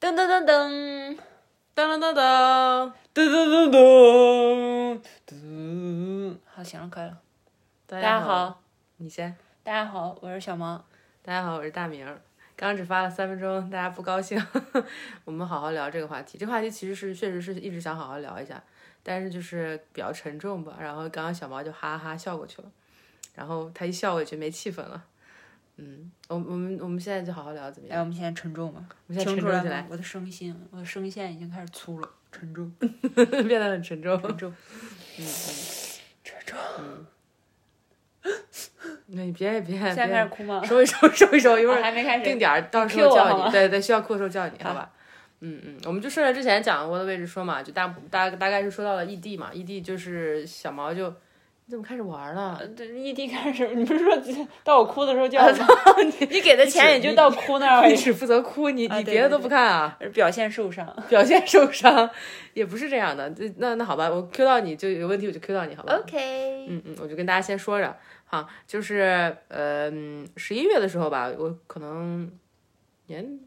噔噔噔噔噔噔噔噔，噔噔噔噔噔，好，响声开了。大大家，好，你先。大家好，我是小毛。大家好，我是大明儿。刚刚只发了三分钟，大家不高兴。 我们好好聊这个话题。这个话题其实是确实是一直想好好聊一下，但是就是比较沉重吧。然后刚刚小毛就哈哈哈笑过去了，然后他一笑我也觉得没气氛了。嗯，我我们我们现在就好好聊怎么样？哎，我们现在沉重吗？我们现听出在沉重来起来吗，我的声线，我的声线已经开始粗了，沉重， 变得很沉重。沉重， 嗯嗯，沉重。那你别别现在开别，始哭 吗？收一收收一收，一会儿啊还没开始定。点儿，到时 Q 候我好叫吗你。对对，需要哭的时候叫你，好好吧？嗯嗯，我们就顺着之前讲过的位置说嘛，就大大大概是说到了异地嘛，异地就是小毛就你怎么开始玩了？呃对，异地开始，你不是说到我哭的时候叫我吗？啊 你给的钱也就到哭那儿而你已，只负责哭，你哎啊你对别的对都不看啊，而表现受伤。表现受伤也不是这样的。这那那好吧，我 Q 到你就有问题我就 Q 到你，好吧？ OK，嗯嗯，我就跟大家先说着哈，就是呃十一月的时候吧，我可能年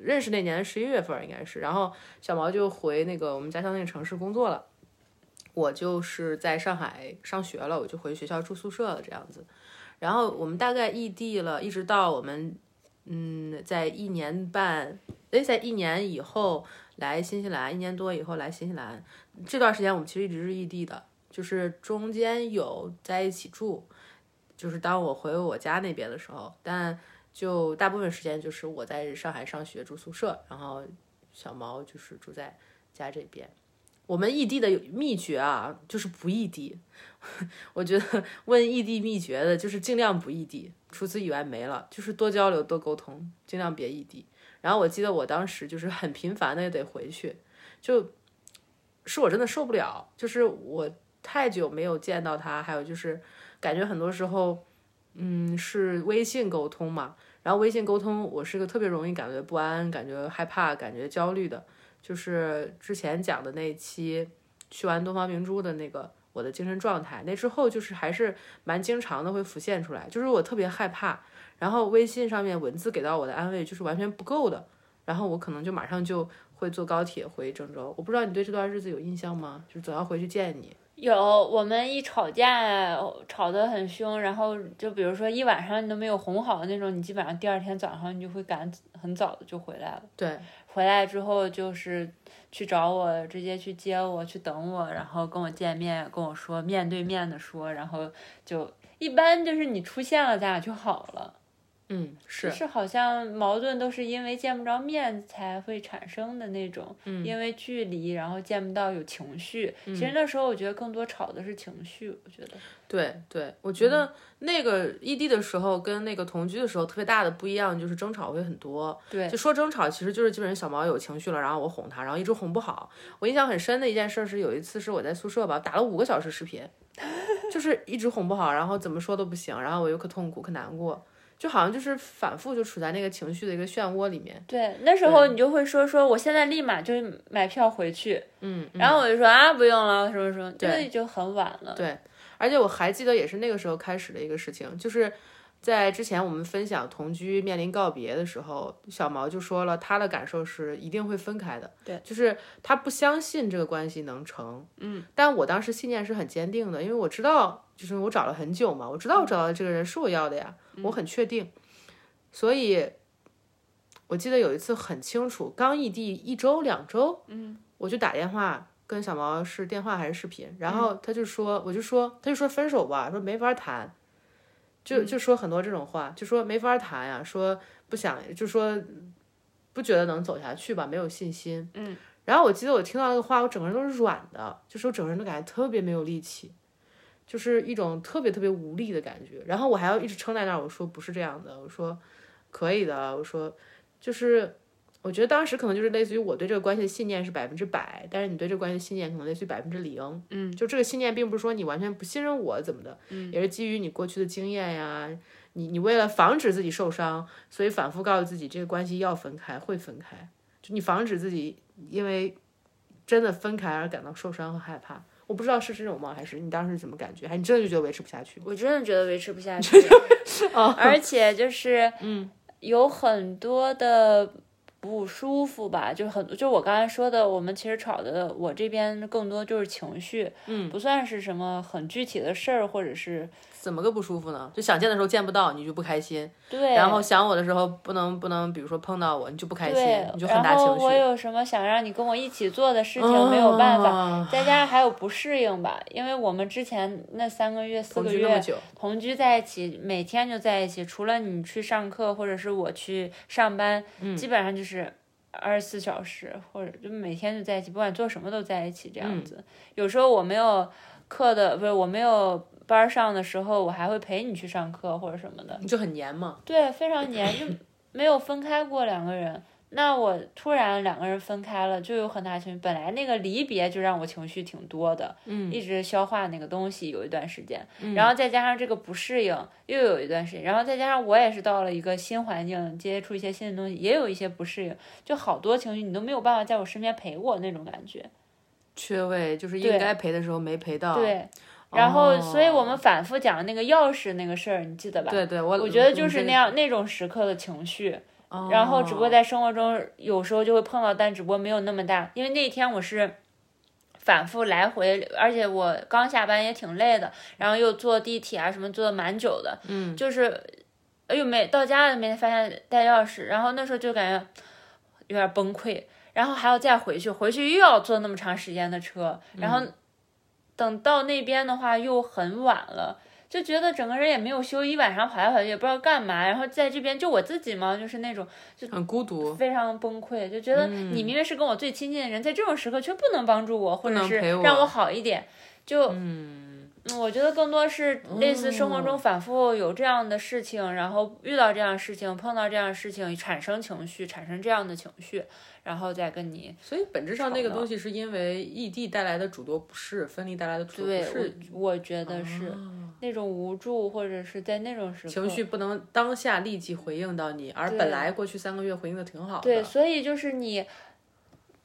认识那年十一月份儿应该是，然后小毛就回那个我们家乡那个城市工作了，我就是在上海上学了，我就回学校住宿舍了这样子，然后我们大概异地了，一直到我们嗯在一年半，哎在一年以后来新西兰，一年多以后来新西兰，这段时间我们其实一直是异地的。就是中间有在一起住，就是当我回我家那边的时候，但就大部分时间就是我在上海上学住宿舍，然后小毛就是住在家这边。我们异地的秘诀啊，就是不异地。 我觉得问异地秘诀的，就是尽量不异地，除此以外没了，就是多交流、多沟通，尽量别异地。然后我记得我当时就是很频繁的得回去，就是我真的受不了，就是我太久没有见到他，还有就是感觉很多时候，嗯，是微信沟通嘛，然后微信沟通，我是个特别容易感觉不安、感觉害怕、感觉焦虑的，就是之前讲的那一期去完东方明珠的那个我的精神状态，那之后就是还是蛮经常的会浮现出来，就是我特别害怕，然后微信上面文字给到我的安慰就是完全不够的，然后我可能就马上就。会坐高铁回郑州，我不知道你对这段日子有印象吗？就是总要回去见你，有，我们一吵架吵得很凶，然后就比如说一晚上你都没有哄好的那种，你基本上第二天早上你就会赶很早的就回来了。对，回来之后就是去找我，直接去接我，去等我，然后跟我见面，跟我说面对面的说，然后就一般就是你出现了，咱俩就好了。嗯，，就是是好像矛盾都是因为见不着面才会产生的那种，嗯因为距离，然后见不到有情绪。其实那时候我觉得更多吵的是情绪，我觉得对对，我觉嗯得那个异地的时候跟那个同居的时候特别大的不一样，就是争吵会很多。对就说争吵，其实就是基本上小毛有情绪了，然后我哄他，然后一直哄不好。我印象很深的一件事是，有一次是我在宿舍吧，打了五个小时 视频，就是一直哄不好，然后怎么说都不行，然后我又可痛苦可难过，就好像就是反复就处在那个情绪的一个漩涡里面。对，那时候你就会说说，我现在立马就买票回去，嗯，嗯然后我就说啊，不用了，什么什么，对这就很晚了。对而且我还记得也是那个时候开始的一个事情，就是在之前我们分享同居面临告别的时候，小毛就说了他的感受是一定会分开的，对，就是他不相信这个关系能成，嗯，但我当时信念是很坚定的，因为我知道，就是我找了很久嘛，我知道我找到的这个人是我要的呀，我很确定，所以。我记得有一次很清楚，刚异地一周两周，嗯，我就打电话跟小毛是电话还是视频，然后他就说，我就说，他就说分手吧，说没法谈，就就说很多这种话，就说没法谈呀，说不想，就说不觉得能走下去吧，没有信心，嗯。然后我记得我听到那个话，我整个人都是软的，就是我整个人都感觉特别没有力气，就是一种特别特别无力的感觉。然后我还要一直撑在那儿，我说不是这样的，我说可以的，啊我说就是我觉得当时可能就是类似于我对这个关系的信念是百分之百，但是你对这个关系的信念可能类似于百分之零。嗯，就这个信念并不是说你完全不信任我怎么的，嗯、也是基于你过去的经验呀。你你为了防止自己受伤，所以反复告诉自己这个关系要分开，会分开。就你防止自己因为真的分开而感到受伤和害怕。我不知道是这种吗？还是你当时怎么感觉？还是你真的就觉得维持不下去？我真的觉得维持不 哦下去，而且就是嗯，有很多的不舒服吧，就是很就我刚才说的，我们其实吵的，我这边更多就是情绪，嗯，不算是什么很具体的事儿，或者是怎么个不舒服呢？就想见的时候见不到，你就不开心；对，然后哦想我的时候不能不能，比如说碰到我，你就不开对心，你，就很大然情后我绪。有什么想让你跟我一起做的事情没有办法啊，再加上还有不适应吧，因为我们之前那三个月四同个居那么月久，同居在一起，每天就在一起，除了你去上课或者是我去上班，嗯基本上就是二十四小时，或者就每天就在一起，不管做什么都在一起这嗯样子。有时候我没有课的，不是我没有班儿上的时候，我还会陪你去上课或者什么的。你就很黏嘛。对，非常黏，就没有分开过两个人。那我突然两个人分开了，就有很大情绪。本来那个离别就让我情绪挺多的，嗯，一直消化那个东西有一段时间，嗯然后再加上这个不适应又有一段时间，然后再加上我也是到了一个新环境，接触一些新的东西，也有一些不适应，就好多情绪你都没有办法在我身边陪我那种感觉。哦缺位就是对应该陪的时候没陪到。对，然后哦所以我们反复讲那个钥匙那个事儿，你记得吧？对对，我我觉得就是那。样那种时刻的情绪。哦然后只不过在生活中有时候就会碰到，但只不过没有那么大，因为那一天我是。反复来回，而且我刚下班也挺累的，然后又坐地铁啊什么坐的蛮久的，嗯，就是又没到家了，没发现带钥匙，然后那时候就感觉有点崩溃，然后还要再回去，回去又要坐那么长时间的车，然后等到那边的话又很晚了，就觉得整个人也没有休息，一晚上跑来跑去也不知道干嘛，然后在这边就我自己嘛，就是那种很孤独，非常崩溃，就觉得嗯你明明是跟我最亲近的人，在这种时刻却不能帮助我，或者能是陪我让我好一点，就嗯。我觉得更多是嗯类似生活中反复有这样的事情，然后遇到这样的事情，碰到这样的事情，产生情绪，产生这样的情绪，然后再跟你所以本质上那吵个闹东西是因为异地带来的诸多不适，分离带来的诸多对不适，我我觉得是、那种无助，或者是在那种时刻情绪不能当下立即回应到你，而对本来过去三个月回应的挺好的，对，所以就是你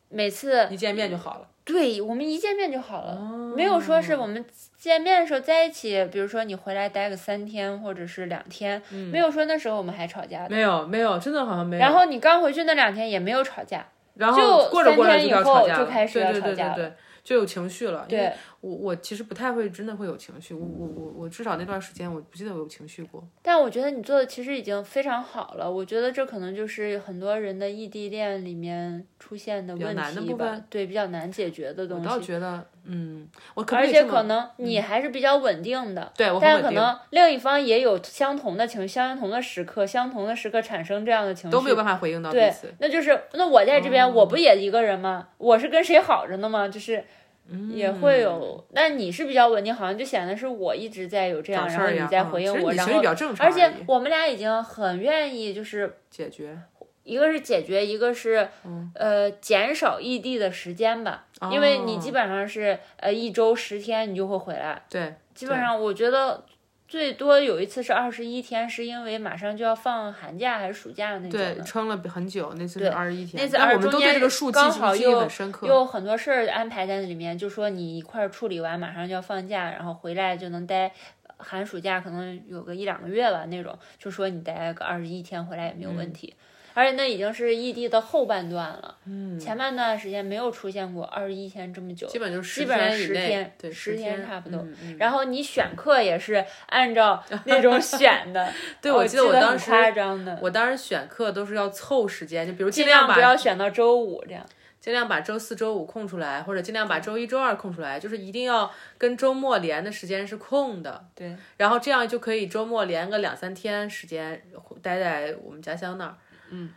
每次一见面就好了。哦对我们一见面就好了，没有说是我们见面的时候在一起，比如说你回来待个三天或者是两天，没有说那时候我们还吵架的。没有没有，真的好像嗯没有。然后你刚回去那两天也没有吵架，然后就过着过着就要吵架三天以后就开始要对对对吵架对了对，就有情绪了。因为对我我其实不太会，真的会有情绪。我我我我至少那段时间我不记得我有情绪过。但我觉得你做的其实已经非常好了。我觉得这可能就是很多人的异地恋里面出现的比较问难的题部吧分，对，比较难解决的我东倒西。觉得，嗯，我可不而以且这么可能你还是比较稳定的，对我很但稳可定，能另一方也有相同的情绪、相同的时刻、相同的时刻产生这样的情绪，都没有办法回应到彼对此。那就是那我在这边，我哦不也一个人吗？我是跟谁好着呢吗？就是嗯也会有，那你是比较稳定，好像就显得是我一直在有这样，找事然后儿一你样在嗯回其应实我，然你情绪后比较正常而已，且我们俩已经很愿意，就是解决，一个是解决，一个是、哦呃减少异地的时间吧，因为你基哦本上是呃一周十天你就会回来，对基本上我觉得。最多有一次是二十一天，是因为马上就要放寒假还是暑假那种的对，撑了很久，那次对是二十一天，那次但而我们中都对间这个数记刚记好记忆又很深刻。有很多事儿安排在里面，就说你一块儿处理完，马上就要放假，然后回来就能待呃寒暑假，可能有个一两个月吧那种，就说你待个二十一天回来也没有嗯问题。而且那已经是异地的后半段了，嗯，前半段时间没有出现过二十一天这么久，基本就是基十本上天以十内天对，十十天差不多嗯嗯然后你选课也是按 照那种选的，对，我我记得我很当时夸张的，我当时选课都是要凑时间，就比如尽尽量把不要选到周五这样。尽量把周四周五空出来，或者尽量把周一周二空出来，就是一定要跟周末连的时间是空的，对，然后这样就可以周末连个两三天时间待在我们家乡那儿。嗯，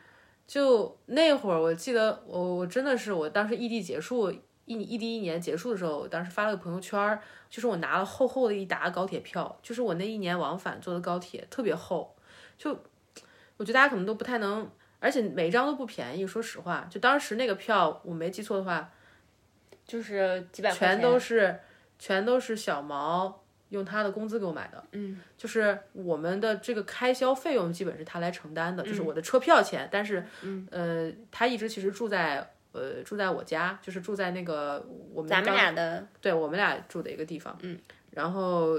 就那会儿，我记得我我真的是我当时异地结束一异地一年结束的时候，我当时发了个朋友圈儿，就是我拿了厚厚的一沓高铁票，就是我那一年往返坐的高铁特别厚，就我觉得大家可能都不太能。而且每一张都不便宜，说实话，就当时那个票，我没记错的话，就是几百块全钱，都是全都是小毛用他的工资给我买的，嗯，就是我们的这个开销费用基本是他来承担的，就是我的车票钱，但是，嗯，呃，他一直其实住在呃住在我家，就是住在那个我们咱们刚俩的对我们俩住的一个地方，嗯，然后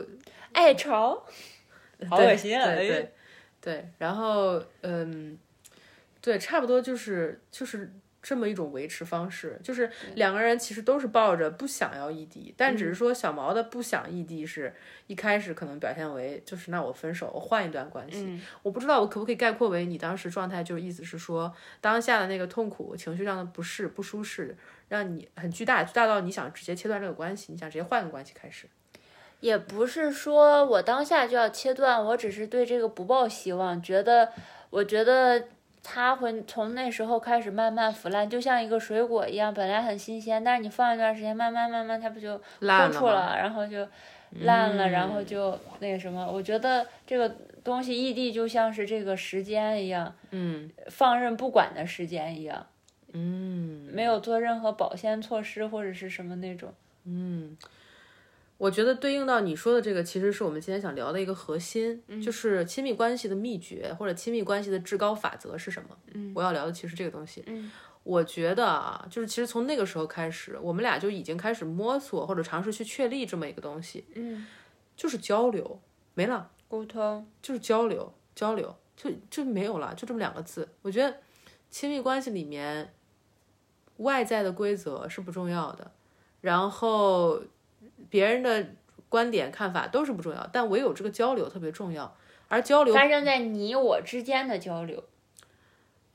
爱 巢，好对恶心啊！对哎对对，然后嗯，对，差不多就是就是这么一种维持方式，就是两个人其实都是抱着不想要异地，但嗯只是说小毛的不想异地是一开始可能表现为就是那我分手，我换一段关系。嗯我不知道我可不可以概括为你当时状态，就是意思是说当下的那个痛苦、情绪上的不适、不舒适，让你很巨大，巨大到你想直接切断这个关系，你想直接换个关系开始。也不是说我当下就要切断，我只是对这个不抱希望，觉得我觉得它会从那时候开始慢慢腐烂，就像一个水果一样，本来很新鲜，但是你放一段时间，慢慢慢慢它不就烂破了处吗了，嗯然后就烂了，然后就那个什么，我觉得这个东西异地就像是这个时间一样，嗯放任不管的时间一样，嗯没有做任何保鲜措施或者是什么那种。嗯，我觉得对应到你说的这个，其实是我们今天想聊的一个核心，嗯就是亲密关系的秘诀或者亲密关系的至高法则是什么？嗯，我要聊的其实这个东西。嗯，我觉得啊，就是其实从那个时候开始，我们俩就已经开始摸索或者尝试去确立这么一个东西，嗯，就是交流，没了。沟通，就是交流，交流就就没有了，就这么两个字。我觉得亲密关系里面外在的规则是不重要的，然后别人的观点看法都是不重要，但唯有这个交流特别重要。而交流发生在你我之间的交流。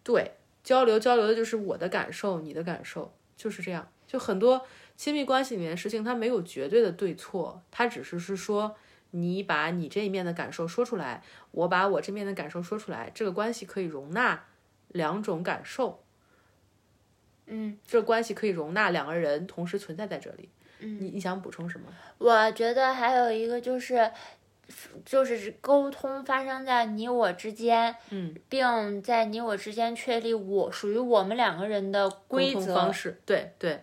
对，交流交流的就是我的感受，你的感受，就是这样。就很多亲密关系里面的事情，它没有绝对的对错，它只是是说你把你这一面的感受说出来，我把我这面的感受说出来，这个关系可以容纳两种感受，嗯，这个关系可以容纳两个人同时存在在这里。嗯你你想补充什么？我觉得还有一个就是，就是沟通发生在你我之间，嗯，并在你我之间确立我属于我们两个人的规沟通方则，式，对对，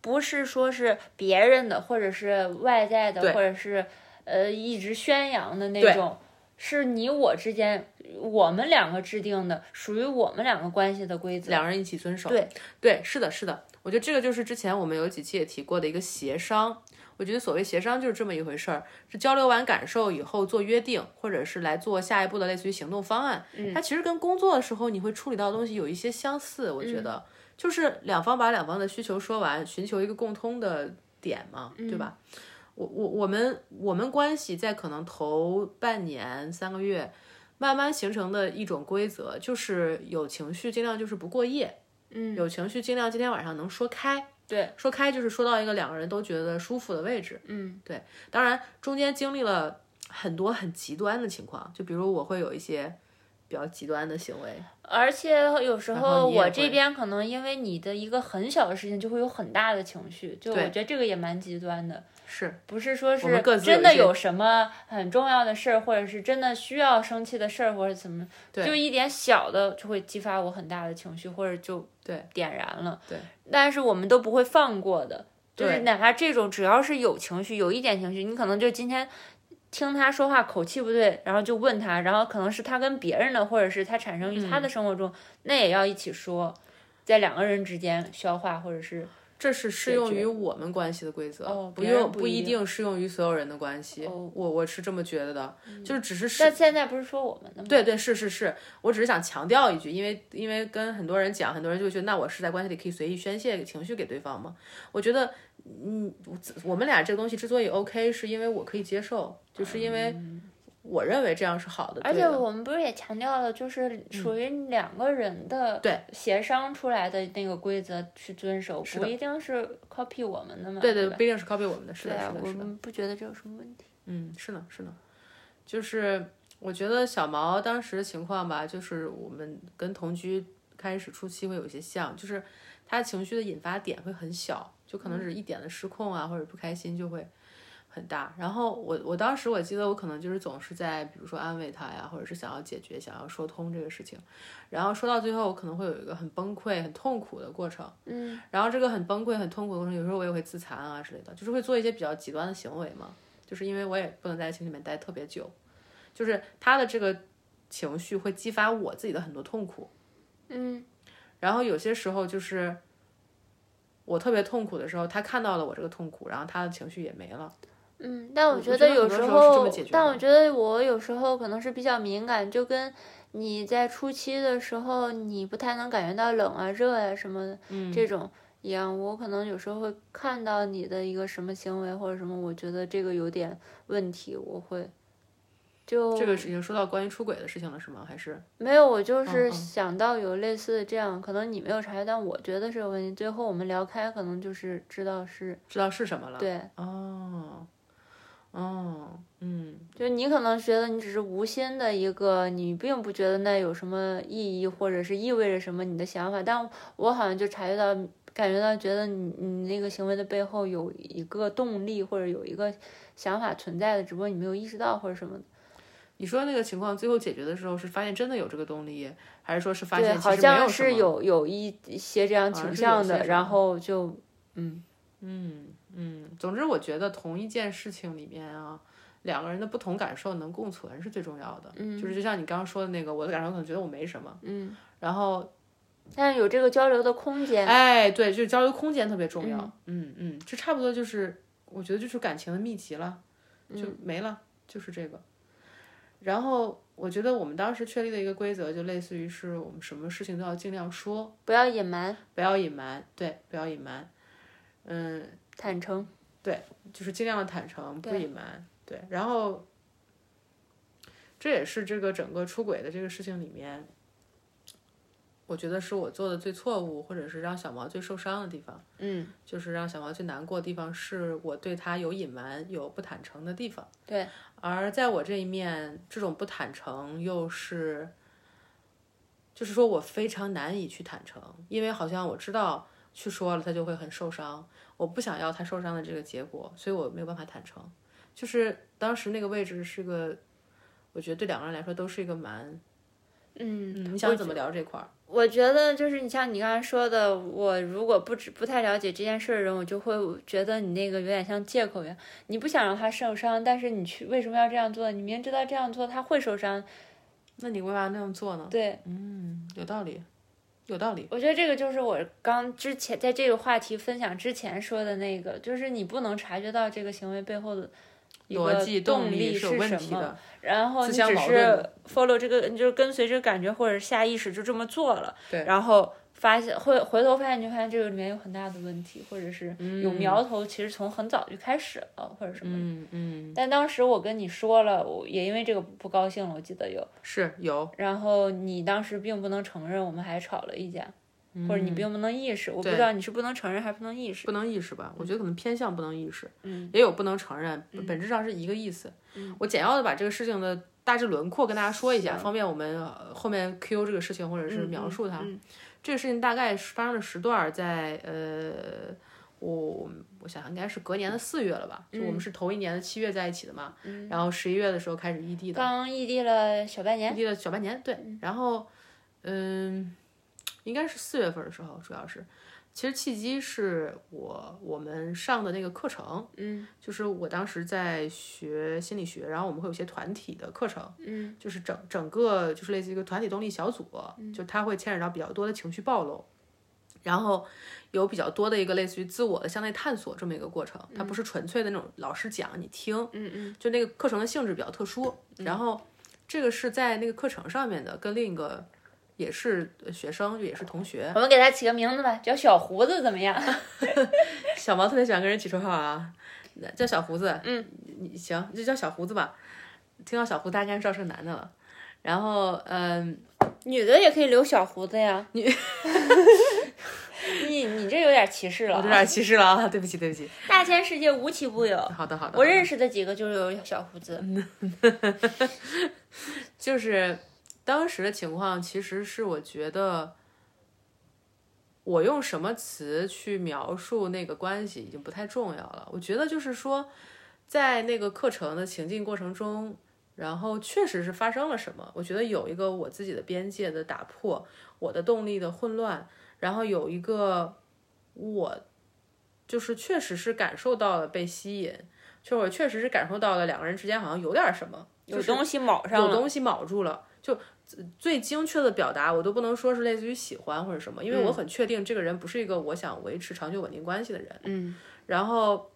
不是说是别人的，或者是外在的，对或者是呃一直宣扬的对那种。是你我之间，我们两个制定的属于我们两个关系的规则。两个人一起遵守。对对，是的，是的。我觉得这个就是之前我们有几期也提过的一个协商。我觉得所谓协商就是这么一回事儿，是交流完感受以后做约定，或者是来做下一步的类似于行动方案。它其实跟工作的时候你会处理到的东西有一些相似，我觉得、就是两方把两方的需求说完，寻求一个共通的点嘛，对吧？我我我们我们关系在可能头半年三个月，慢慢形成的一种规则就是有情绪尽量就是不过夜，嗯，有情绪尽量今天晚上能说开。对，说开就是说到一个两个人都觉得舒服的位置。嗯，对。当然，中间经历了很多很极端的情况，就比如我会有一些比较极端的行为。而且有时然后候你也我这会边可能因为你的一个很小的事情，就会有很大的情绪，就我对觉得这个也蛮极端的，是，不是说们是各自有真一的些有什么很重要的事儿，或者是真的需要生气的事儿，或者怎么，对就一点小的就会激发我很大的情绪，或者就对点燃了，对，但是我们都不会放过的。就是对哪怕这种，只要是有情绪，有一点情绪，你可能就今天听他说话口气不对，然后就问他，然后可能是他跟别人的，或者是他产生于他嗯的生活中，那也要一起说，在两个人之间消化，或者是这是适解用决于我们关系的规则，哦不别人用不不一一定定适用于所有人的关系。哦嗯我我是这么觉得的，就是只是但现在不是说我们的吗？对对是是是，我只是想强调一句，因为因为跟很多人讲，很多人就会觉得那我是在关系里可以随意宣泄情绪给对方吗？我觉得，嗯，我我们俩这个东西之所以 OK，是因为我可以接受，就是因为我认为这样是好的，嗯而对且的嗯我们不是也强调了，就是属于两个人的对协商出来的那个规则去遵守，不一定是 copy 我们的嘛。对对对，吧不一定是 copy 我们的，是对的，啊，是的，我是的。们不觉得这有什么问题。嗯，是呢，是呢，就是我觉得小毛当时的情况吧，就是我们跟同居开始初期会有一些像，就是他情绪的引发点会很小，就可能只是一点的失控啊，或者不开心就会很大。然后我我当时我记得我可能就是总是在比如说安慰他呀，或者是想要解决、想要说通这个事情，然后说到最后，我可能会有一个很崩溃、很痛苦的过程。嗯，然后这个很崩溃、很痛苦的过程，有时候我也会自残啊之类的，就是会做一些比较极端的行为嘛。就是因为我也不能在情绪里面待特别久，就是他的这个情绪会激发我自己的很多痛苦。嗯然后有些时候就是我特别痛苦的时候，他看到了我这个痛苦，然后他的情绪也没了。嗯，但我我觉觉得得有很多时时候是这候么解决，但的我觉得我有时候可能是比较敏感，就跟你在初期的时候，你不太能感觉到冷啊、热呀、什么的嗯，这种一样。我可能有时候会看到你的一个什么行为或者什么，我觉得这个有点问题，我会就这个是已经说到关于出轨的事情了是吗？还是没有，我就嗯是嗯想到有类似的这样，可能你没有察觉，但我觉得是有问题。最后我们聊开，可能就是知道是知道是什么了？，对，哦，哦，嗯，就你可能觉得你只是无心的一个，你并不觉得那有什么意义，或者是意味着什么你的想法，但我好像就察觉到，感觉到觉得你你那个行为的背后有一个动力，或者有一个想法存在的，只不过你没有意识到或者什么的。你说那个情况最后解决的时候是发现真的有这个动力，还是说是发对，现其好实没像什是么有有一些这样好像倾是有向些的，什然么后就嗯。嗯，嗯，总之我觉得同一件事情里面啊，两个人的不同感受能共存是最重要的。嗯，就是就像你刚刚说的那个，我的感受可能觉得我没什么，嗯，然后但是有这个交流的空间，哎，对，就是交流空间特别重要。嗯嗯，这差不多就是我觉得就是感情的秘籍了，就嗯没了，就是这个。然后我觉得我们当时确立的一个规则，就类似于是我们什么事情都要尽量说，不要隐瞒，不要隐瞒，对，不要隐瞒。嗯，坦诚。就是尽量的坦诚，不对隐瞒。对，然后这也是这个整个出轨的这个事情里面，我觉得是我做的最错误，或者是让小毛最受伤的地方，嗯，就是让小毛最难过的地方，是我对他有隐瞒、有不坦诚的地方。对，而在我这一面，这种不坦诚又是，就是说我非常难以去坦诚，因为好像我知道去说了他就会很受伤，我不想要他受伤的这个结果，所以我没有办法坦诚。就是当时那个位置是个，我觉得对两个人来说都是一个蛮，嗯，嗯，你想怎么聊这块儿？我觉得就是你像你刚才说的，我如果不知不太了解这件事儿的人，我就会觉得你那个有点像借口一样，你不想让他受伤，但是你去为什么要这样做？你明知道这样做他会受伤，那你为啥那样做呢？对嗯，有道理，有道理。我觉得这个就是我刚之前在这个话题分享之前说的那个，就是你不能察觉到这个行为背后的一个逻辑动力是是有问什题么，的，然后自你相只矛盾是 follow 这个，你就是跟随这个感觉或者下意识就这么做了，对然后发现会回头发现，你就发现这个里面有很大的问题，或者是有苗头，其实从很早就开始了，或者什么。嗯嗯，但当时我跟你说了，我也因为这个不高兴了，我记得有。是有，然后你当时并不能承认，我们还吵了一架，嗯或者你并不能意识，我不知道你是不能承认还是不能意识。不能意识吧？我觉得可能偏向不能意识，嗯，也有不能承认，本质上是一个意思。我简要的把这个事情的大致轮廓跟大家说一下，方便我们呃后面 Q 这个事情或者嗯是描述它。这个事情大概是发生了十段儿在，呃，我我想想应该是隔年的四月了吧，就我嗯们是头一年的七月在一起的嘛，然后十一月的时候开始异地的，刚异地了小半年，异地了小半年，对，然后嗯，应该是四月份的时候，主要是。其实契机是我我们上的那个课程，嗯就是我当时在学心理学，然后我们会有一些团体的课程，嗯就是整整个就是类似于一个团体动力小组，就它会牵扯到比较多的情绪暴露，然后有比较多的一个类似于自我的向内探索这么一个过程，它不是纯粹的那种老师讲你听，嗯嗯就那个课程的性质比较特殊。然后这个是在那个课程上面的，跟另一个也是呃学生也是同学，我们给他起个名字吧，叫小胡子怎么样？小毛特别喜欢跟人起绰号啊，那叫小胡子。嗯，你行，就叫小胡子吧。听到小胡子，大家应该知道是个男的了。然后，嗯，女的也可以留小胡子呀。女， 你你这有点歧视了我啊。有点歧视了啊，对不起，对不起。大千世界无奇不有，好的，好的。我好的认识的几个就是有小胡子。嗯就是当时的情况，其实是我觉得我用什么词去描述那个关系已经不太重要了。我觉得就是说，在那个课程的情境过程中，然后确实是发生了什么，我觉得有一个我自己的边界的打破，我的动力的混乱，然后有一个我就是确实是感受到了被吸引。就是我确实是感受到了两个人之间好像有点什么，有东西卯上有了，东西铆住了，就最最精确的表达，我都不能说是类似于喜欢或者什么，嗯因为我很确定这个人不是一个我想维持长久稳定关系的人。嗯，然后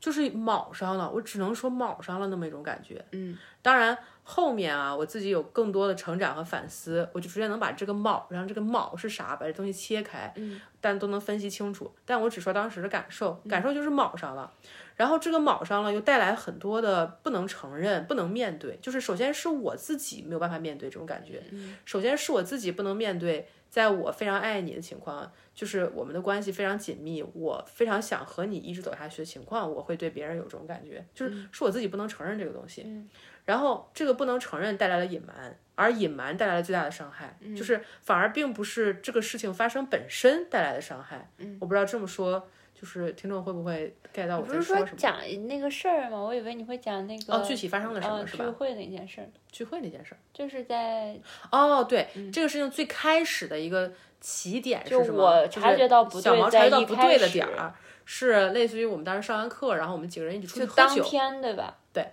就是卯上了，我只能说卯上了那么一种感觉。嗯，当然后面啊，我自己有更多的成长和反思，我就逐渐能把这个卯，然后这个卯是啥，把这东西切开，嗯，但都能分析清楚。但我只说当时的感受，感受就是卯上了，然后这个卯上了又带来很多的不能承认、不能面对，就是首先是我自己没有办法面对这种感觉，首先是我自己不能面对，在我非常爱你的情况，就是我们的关系非常紧密，我非常想和你一直走下去的情况，我会对别人有这种感觉，就是是我自己不能承认这个东西。然后这个不能承认带来了隐瞒，而隐瞒带来了最大的伤害，就是反而并不是这个事情发生本身带来的伤害。嗯，我不知道这么说，就是听众会不会 get 到我不在是说什么？讲那个事儿吗？我以为你会讲那个哦，具体发生了什么、呃是聚吧？会那件事儿，聚会那件事儿。就是在哦，对，这个事情最开始的一个起点是嗯就什么？我就察是觉到不小对毛在察觉到一不开对的始点儿，是类似于我们当时上完课，然后我们几个人一起出去就喝当酒，天对吧？对，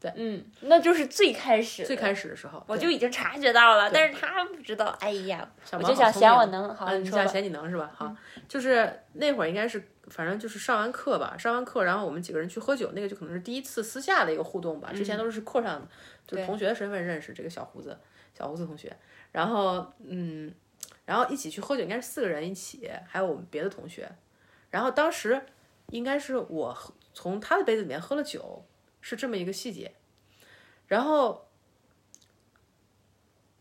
对，嗯，那就是最开始最的开始的时候，我对就已经察觉到了，但是他不知道。哎呀，小我毛就好想聪嫌明我能好，嗯，你你说想吧。嗯嫌你能是吧？哈，就是那会儿应该是，反正就是上完课吧，上完课，然后我们几个人去喝酒，那个就可能是第一次私下的一个互动吧，之嗯前都是课上就是同学的身份认识这个小胡子，小胡子同学，然后嗯，然后一起去喝酒，应该是四个人一起，还有我们别的同学，然后当时应该是我喝从他的杯子里面喝了酒，是这么一个细节，然后。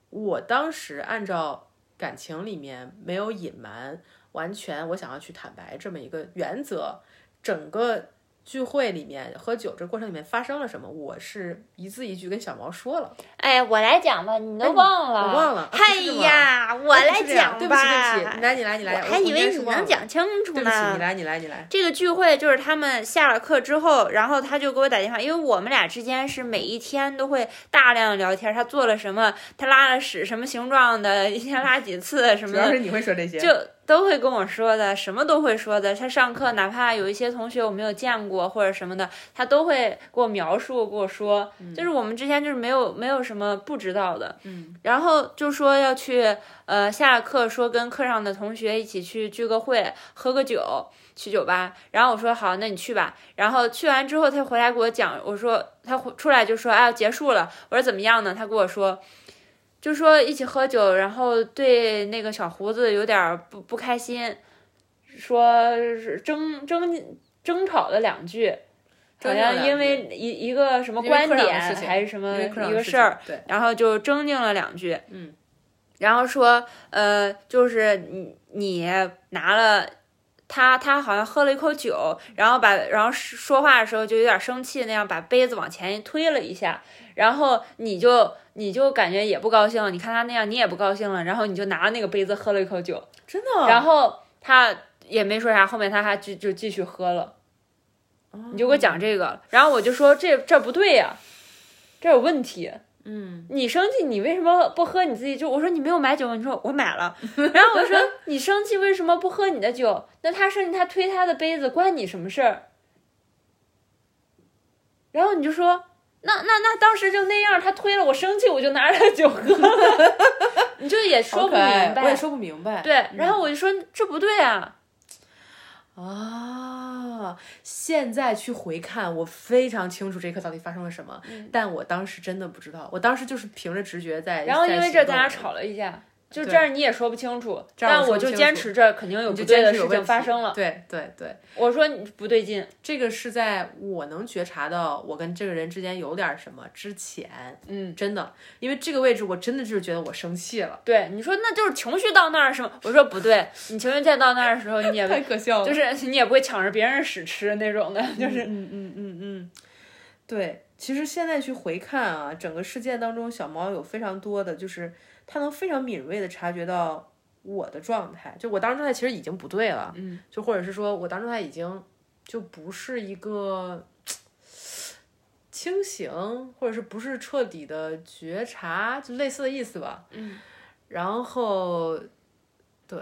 我当时按照感情里面没有隐瞒，完全我想要去坦白这么一个原则。整个聚会里面喝酒这过程里面发生了什么，我是一字一句跟小毛说了，哎呀，我来讲吧，你都忘哎我了。忘了。哎啊呀，我不是这么啊来不是这样讲吧。对不起对不起，你来你来你来，我还我以应该为是你忘能了，讲清楚对不起，你呢。来你来你来，这个聚会就是他们下了课之后，然后他就给我打电话，因为我们俩之间是每一天都会大量聊天，他做了什么，他拉了屎什么形状的，一天拉几次什么主的要，是你会说这些，就都会跟我说的，什么都会说的。他上课哪怕有一些同学我没有见过或者什么的，他都会给我描述，给我说，就是我们之间就是没有没有什么不知道的。嗯，然后就说要去呃下了课说跟课上的同学一起去聚个会，喝个酒。去酒吧，然后我说好，那你去吧。然后去完之后，他回来给我讲，我说他回出来就说，哎，结束了。我说怎么样呢？他跟我说，就说一起喝酒，然后对那个小胡子有点儿不不开心，说是争争争吵了两句，好争吵像两因为一一个什么因为观课上的点事情还是什因么为课上一的个事事儿，情，对，然后就争拗了两句，嗯，然后说，呃，就是你你拿了他，他好像喝了一口酒，然后把然后说话的时候就有点生气那样，把杯子往前推了一下，然后你就你就感觉也不高兴了，你看他那样你也不高兴了，然后你就拿了那个杯子喝了一口酒，真的，然后他也没说啥，后面他还继就继续喝了。你就给我讲这个，然后我就说这这不对呀、这有问题。嗯，你生气，你为什么不喝你自己酒？我说你没有买酒吗？你说我买了。然后我 说你生气为什么不喝你的酒？那他生气他推他的杯子，关你什么事儿？然后你就说那那那当时就那样，他推了我生气，我就拿着他酒喝了。 你就也说好不可爱明白，我也说嗯不明白，对。然后我就说这不对啊，啊，现在去回看，我非常清楚这一刻到底发生了什么，嗯但我当时真的不知道，我当时就是凭着直觉在。然后在哦因为行这动咱俩，吵了一架，就对这儿你也说不清楚，这儿我但我说不就清坚楚持这儿肯定有你不就对坚的持有事问情题发生了。对对对，我说你不对劲，这个是在我能觉察到我跟这个人之间有点什么之前，嗯，真的，因为这个位置我真的就是觉得我生气了，对，你说那就是情绪到那儿是吗？我说不对，你情绪再到那儿的时候，你也太可笑了。就是你也不会抢着别人屎吃那种的，就是嗯嗯嗯嗯，对。其实现在去回看啊，整个事件当中，小毛有非常多的，就是他能非常敏锐的察觉到我的状态，就我当时状态其实已经不对了，嗯，就或者是说我当时状态已经就不是一个清醒，或者是不是彻底的觉察，就类似的意思吧，嗯，然后对，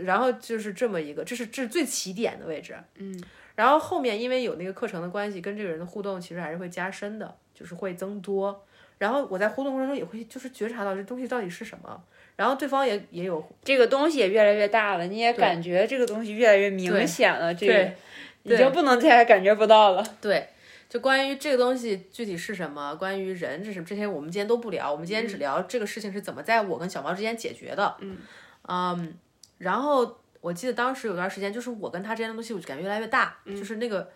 然后就是这么一个，这是这是最起点的位置，然后后面因为有那个课程的关系，跟这个人的互动其实还是会加深的，就是会增多。然后我在互动过程中也会就是觉察到这东西到底是什么，然后对方也也有 这个东西也越来越大了，你也对感觉这个东西越来越明显了。这个对已经不能再感觉不到了。对，就关于这个东西具体是什么，关于人是什么，这些我们今天都不聊，我们今天只聊这个事情是怎么在我跟小毛之间解决的。嗯然后我记得当时有段时间，就是我跟他之间的东西，我就感觉越来越大，就是那个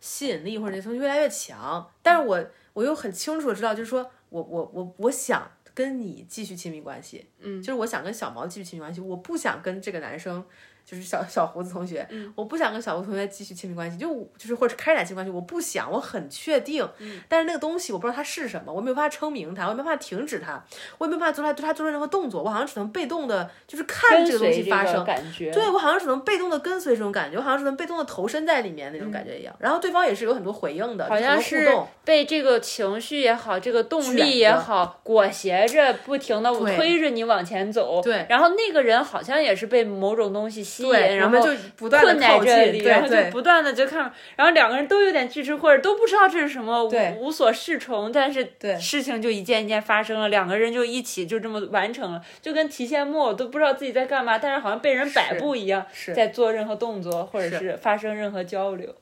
吸引力或者那东西越来越强，但是我我又很清楚的知道，就是说我我我我想。跟你继续亲密关系，嗯，就是我想跟小毛继续亲密关系，我不想跟这个男生，就是小小胡子同学，嗯我不想跟小吴同学继续亲密关系，就就是或者开展亲密关系，我不想，我很确定，嗯但是那个东西我不知道它是什么，我没有办法声明它，我没有办法停止它，我也没有办法做它对它做出任何动作，我好像只能被动的，就是看跟这个东随西这发生个，感觉，对我好像只能被动的跟随这种感觉，我好像只能被动的投身在里面那种感觉一样。然后对方也是有很多回应的，好像就很是多互动被这个情绪也好，这个动着力也好，裹挟着，不停的对推着你往前走。对然后那个人好像也是被某种东西吸引，对，然我们后哎就不断的困在靠近，这里，然后对就对不断的就看，然后两个人都有点拒之或者都不知道这是什么，无对无所适从，但是对事情就一件一件发生了，两个人就一起就这么完成了，就跟提线木偶都不知道自己在干嘛，但是好像被人摆是布一样，是在做任何动作或者是是发生任何交流。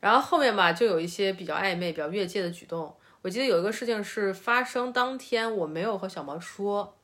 然后后面吧，就有一些比较暧昧、比较越界的举动。我记得有一个事情是发生当天，我没有和小毛说，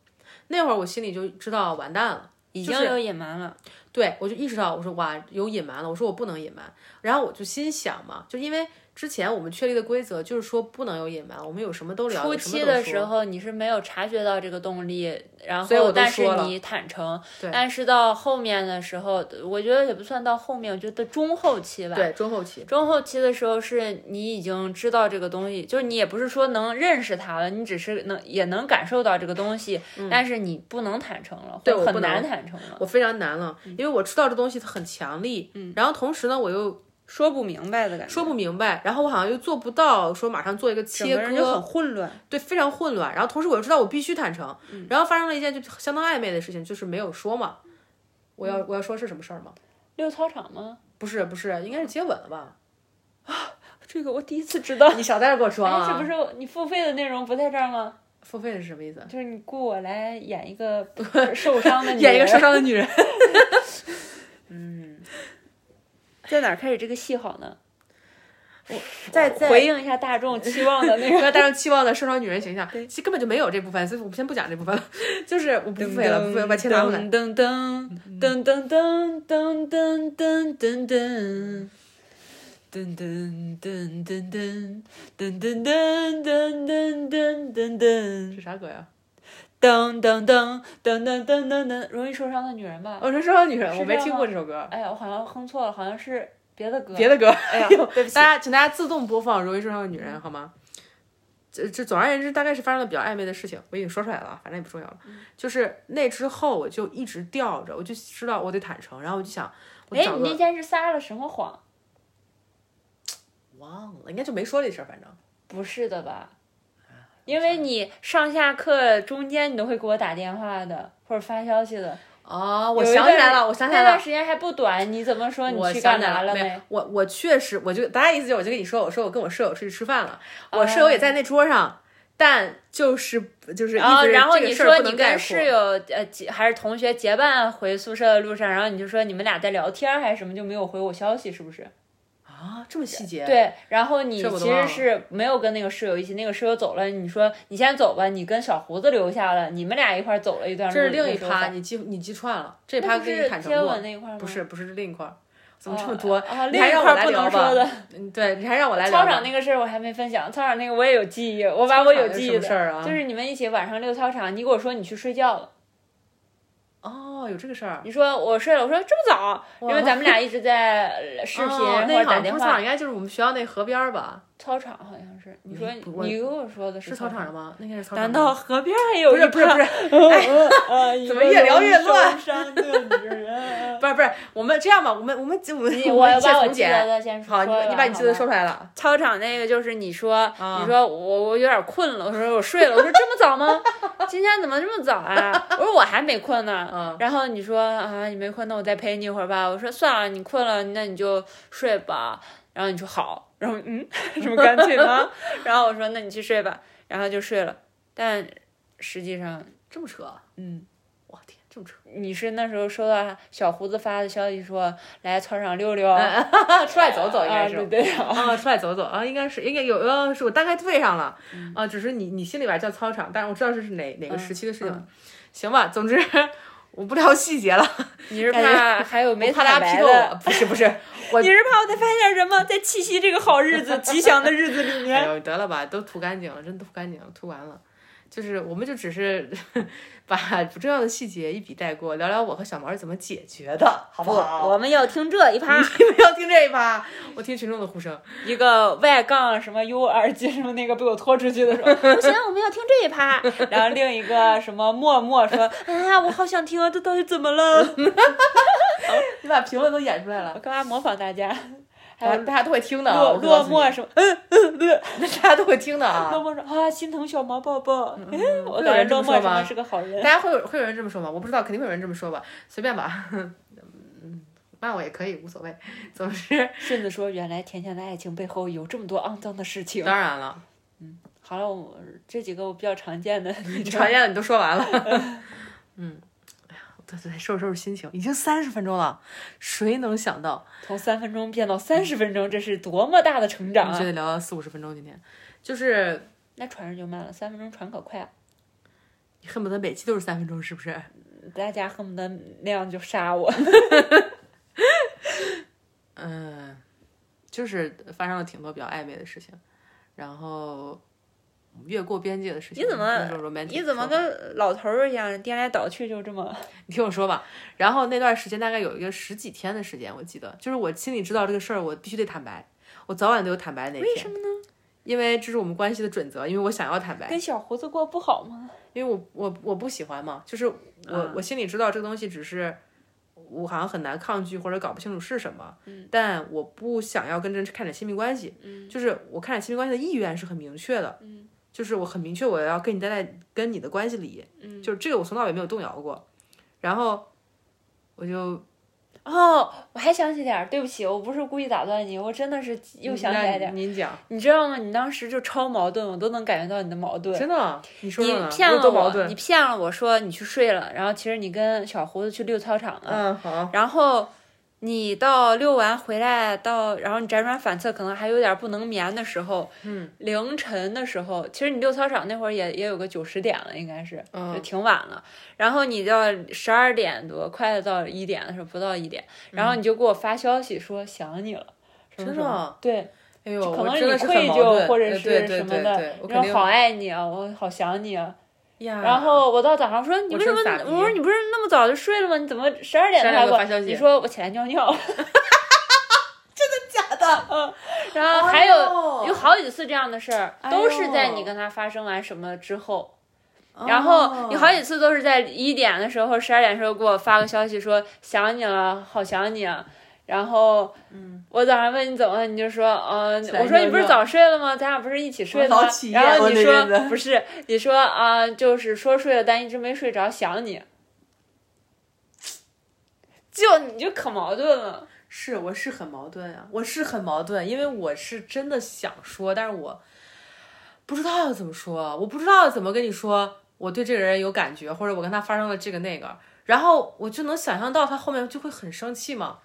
那会儿我心里就知道完蛋了。已就经是有隐瞒了，对，我就意识到，我说哇，有隐瞒了。我说我不能隐瞒，然后我就心想嘛，就因为之前我们确立的规则就是说不能有隐瞒，我们有什么都聊，初有什么期都的说时候你是没有察觉到这个动力，然所以我后都但是说了你坦诚对，但是到后面的时候，我觉得也不算到后面，我觉得中后期吧。对中后期，中后期的时候，是你已经知道这个东西，就是你也不是说能认识它了，你只是能也能感受到这个东西，但是你不能坦诚了，嗯对或我很不难能坦诚了，我非常难了，因为我知道这东西它很强力，嗯，然后同时呢，我又说不明白的感觉，说不明白，然后我好像又做不到，说马上做一个整切个人就很割，混乱。对，非常混乱。然后同时我又知道我必须坦诚，然后发生了一件就相当暧昧的事情，就是没有说嘛。我要我要说是什么事儿吗？溜操场吗？不是不是，应该是接吻了吧？这个我第一次 知道。你少在这给我装哎，啊！这不是你付费的内容不在这儿吗？付费是什 么意思？就是你雇我来演一个受伤的女人，演一个受伤的女人。 在哪儿开始这个戏好呢？在回应一下大众期望的那个。要带上期望的受伤女人形象，其实根本就没有这部分，所以我们先不讲这部分了。 就是我不付费了，不付费了把钱拿回来。噔噔噔噔噔噔噔噔噔噔。噔噔噔噔噔噔噔噔噔噔噔是噔啥歌呀？噔噔噔噔噔噔噔噔，容易受伤的女人吧？我说受伤女人，是我这没样听吗过这首歌，哎呀，我好像哼错了，好像是别的歌。别的 歌。哎 呀，对不起大。家请大家自动播放《容易受伤的女人》好吗？这这总而言之，大概是发生了比较暧昧的事情，我已经说出来了啊，反正也不重要了。嗯就是那之后，我就一直吊着，我就知道我得坦诚，然后我就想，我哎，找你那个天是撒了什么谎？忘了，应该就没说这事儿，反正不是的吧？啊因为你上下课中间你都会给我打电话的，或者发消息的。哦，有我一想段起来了，我想起来那段了。时间还不短，你怎么说我你去干想起来嘛了，没有没？我我确实，我就大家意思就是，我就跟你说，我说我跟我舍友出去吃饭了，哦我舍友也在那桌上，但就是就是意思是然后，哦然后这个你事儿说不你能概跟括室友呃结还是同学结伴回宿舍的路上，然后你就说你们俩在聊天儿还是什么，就没有回我消息，是不是？啊，这么细节，对，然后你这我都其忘实了是没有跟那个室友一起，那个室友走了，你说你先走吧，你跟小胡子留下了，你们俩一块儿走了一段路。这是另你一说趴，走你记你记串了，这那趴不跟是你坦诚接过吻，那一块儿吗？不是不是另一块儿，怎哦，么这么多？啊，你另还一让块儿我来不聊能吧说的。 嗯，对，你还让我来聊操吧。场那个事儿我还没分享，操场那个我也有记忆，我把我有记忆操场有什么事的，儿啊就是你们一起晚上溜操场，你跟我说你去睡觉了，哦，有这个事儿，你说我睡了，我说这么早，因哇为咱们俩一直在 呃视频哦或那者好打像电不是操场话，应该就是我们学校那河边儿吧？操场好像是，你说不我你跟我说的是操操场上？吗？那应该是操场。难道哎河边还有不一是不是不是 哎是怎么越聊越乱？伤的女人，不是不是？我们这样吧，我们我们我们你我们一切把我从记得简。的先说好，你完你把你记得说吗出来了。操场那个就是你说，啊你说我我有点困了，我说我睡了，我说这么早吗？ 今天怎么这么早啊？我说我还没困呢。嗯然后你说啊你没困，那我再陪你一会儿吧。我说算了，你困了，那你就睡吧。然后你说好，然后嗯， 这么干脆 吗？然后我说那你去睡吧，然后就睡了。但实际上，这么扯，嗯，我天，这这么扯？你是那时候收到小胡子发的消息说来操场溜溜， 出来走走应啊，该是对。对啊，啊，出来走走啊，应该是应该有，呃，是我大概对上了，啊，只是你你心里边叫操场，但是我知道这是哪哪个时期的事情了，行吧，总之我不聊细节了，你是感觉怕还有没我怕大坦家白批斗的我，不是不 是，我你是怕我再发现什么？在七夕这个好日子、吉祥的日子里哎面，呦，得了吧，都涂干净了，真涂干净了，涂完了。就是我们就只是 把不重要的细节一笔带过，聊聊我和小毛是怎么解决的，好不好？们要听这一趴，你不要听这一趴，我听群众的呼声。一个 Y 杠什么 U 二进什么那个被我拖出去的时候，不行，我们要听这一趴。然后另一个什么默默说，啊，我好想听啊，这到底怎么了？你把评论都演出来我了，干嘛模仿大家？还大有家大家都会听的啊。落我告落诉寞你，什么？嗯嗯嗯。大家都会听的落 啊。寞说啊，心疼小毛宝宝。哎我嗯会有感觉人这落寞么说真的吗是个好大人。 家会有会有人这么说吗？我不知道，肯定会有人这么说吧。随便吧， 嗯，骂我也可以，无所谓。总之，顺子说，原来甜甜的爱情背后有这么多肮脏的事情。当然了，好了，我这几个我比较常见的，你你传言了你都 说完了，嗯，哎呀，对对，收拾收拾心情，已经三十分钟了，谁能想到？从三分钟变到三十分钟，这是多么大的成我长们就啊！得聊到四五十分钟，今天就是那传上就慢了，三分钟传可快了，啊你恨不得每期都是三分钟，是不是？大家恨不得那样就杀我。嗯，就是发生了挺多比较暧昧的事情，然后越过边界的事情。你怎么那种 romantic 你怎么说法跟老头儿一样颠来倒去就这么？你听我说吧，然后那段时间大概有一个十几天的时间，我记得，就是我心里知道这个事儿，我必须得坦白，我早晚都有坦白那天。为什么呢？因为这是我们关系的准则，因为我想要坦白，跟小胡子过不好吗？因为我我我不喜欢嘛，就是我、嗯我心里知道这个东西只是我好像很难抗拒或者搞不清楚是什么，嗯但我不想要跟这人开展亲密关系，就是我开展亲密关系的意愿是很明确的，嗯就是我很明确我要跟你待在跟你的关系里，嗯就是这个我从到尾没有动摇过，然后我就哦，我还想起点儿，对不起，我不是故意打断你，我真的是又想起来点儿。那您讲，嗯你知道吗？你当时就超矛盾，我都能感觉到你的矛盾。真的啊，你说你说呢？骗有了多矛我，嗯盾？你骗了我说你去睡了，然后其实你跟小胡子去溜操场了，嗯，好，然后你到遛完回来到，然后你辗转反侧，可能还有点不能眠的时候，嗯，凌晨的时候，其实你溜操场那会儿也也有个九十点了，应该是，就嗯挺晚了。然后你到十二点多，快到一点的时候，不到一点，然后你就给我发消息说想你了，什么嗯真什么，的啊。对，哎呦，可能我真的是你愧很矛疚盾或者呃是对对什么对的对我然肯后定哎好爱你啊，我好想你啊。呀。然后我到早上说你嗯我为什么真傻？逼我说你不是那么早就睡了吗？你怎么十二点12才给我发消息你说我起来尿 尿。嗯 假的，然后还有、哦有好几次这样的事儿，哎呦哦都是在你跟他发生完什么之后。然后你好几次都是在一点的时候、十二点的时候给我发个消息说想你了，好想你啊。然后，嗯，我早上问你怎么了，你就说，嗯、起来我说你不是尿尿早睡了吗？咱俩不是一起睡的我吗早起？然后我你那说阵子不是，你说啊、就是说睡了，但一直没睡着，想你。就你就可矛盾了，是我是很矛盾啊，我是很矛盾，因为我是真的想说，但是我不知道要怎么说，我不知道怎么跟你说，我对这个人有感觉，或者我跟他发生了这个那个，然后我就能想象到他后面就会很生气嘛。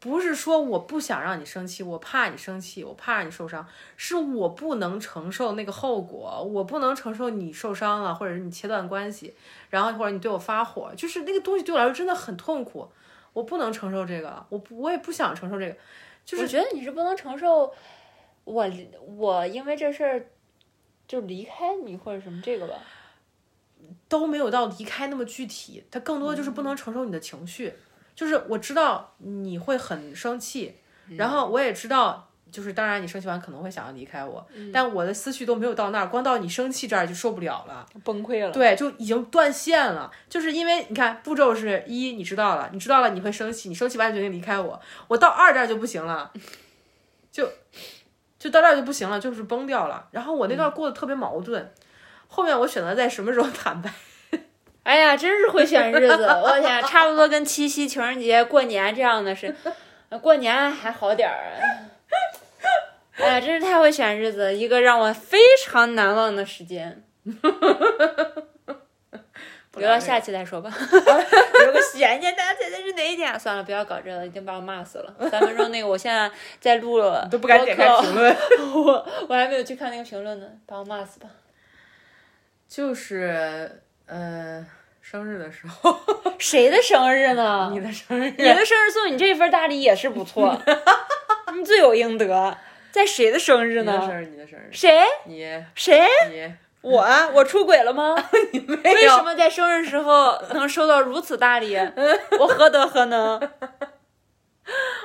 不是说我不想让你生气，我怕你生气，我怕让你受伤，是我不能承受那个后果，我不能承受你受伤了，或者是你切断关系，然后或者你对我发火，就是那个东西对我来说真的很痛苦，我不能承受这个，我不我也不想承受这个，就是我觉得你是不能承受我我因为这事儿就离开你或者什么这个吧。都没有到离开那么具体，他更多就是不能承受你的情绪，就是我知道你会很生气，然后我也知道。就是当然，你生气完可能会想要离开我，但我的思绪都没有到那儿，光到你生气这儿就受不了了。崩溃了。对，就已经断线了。就是因为你看步骤是一，你知道了，你知道了你会生气，你生气完就决定离开我。我到二这儿就不行了，就就到这儿就不行了，就是崩掉了。然后我那嗯段过得特别矛盾。后面我选择在什么时候坦白？哎呀，真是会选日子，我天，差不多跟七夕、情人节、过年这样的是，呃过年还好点儿。哎呀，真是太会选日子，一个让我非常难忘的时间。不 留聊到这下个期再 说吧，留个悬念，大家猜猜是哪一点啊？算了，不要搞这个，已经把我骂死了。三分钟那个，我现在在录了，都不敢点开评，论。 我我还没有去看那个评论呢，把我骂死吧。就是呃，生日的 时候， 谁的生日呢？你的 生日，你的生日送你这份大礼也是不 错，你罪有应得。在谁的生日你的生呢？日，你的生日，谁 你谁？你我啊我出轨了 吗？为什么在生日时候能收到如此大礼？我何德何能？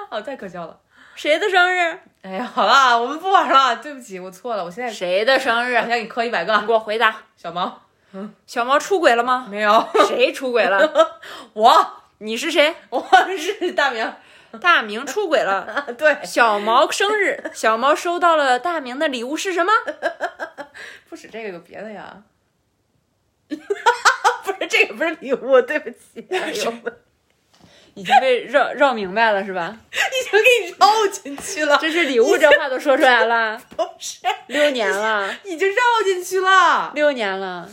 哦，太可笑了。谁的生日？哎呀，好了，我们不玩了，对不起，我错了，我现在谁的生日我？先给你磕一百你个。给我回答。小毛小猫出轨了吗？没有，谁出轨了？ 我你是谁？我是大明，啊大明出轨了。对，小毛生日，小毛收到了大明的礼物是什么？不止这个，有别的呀。 不是这个，不是礼物，对不起， 哎呦，已已经被绕绕明白了是吧？经给你绕进去了，这是礼物，这话都说出来了，不是，六年了，已经绕进去了。六年了。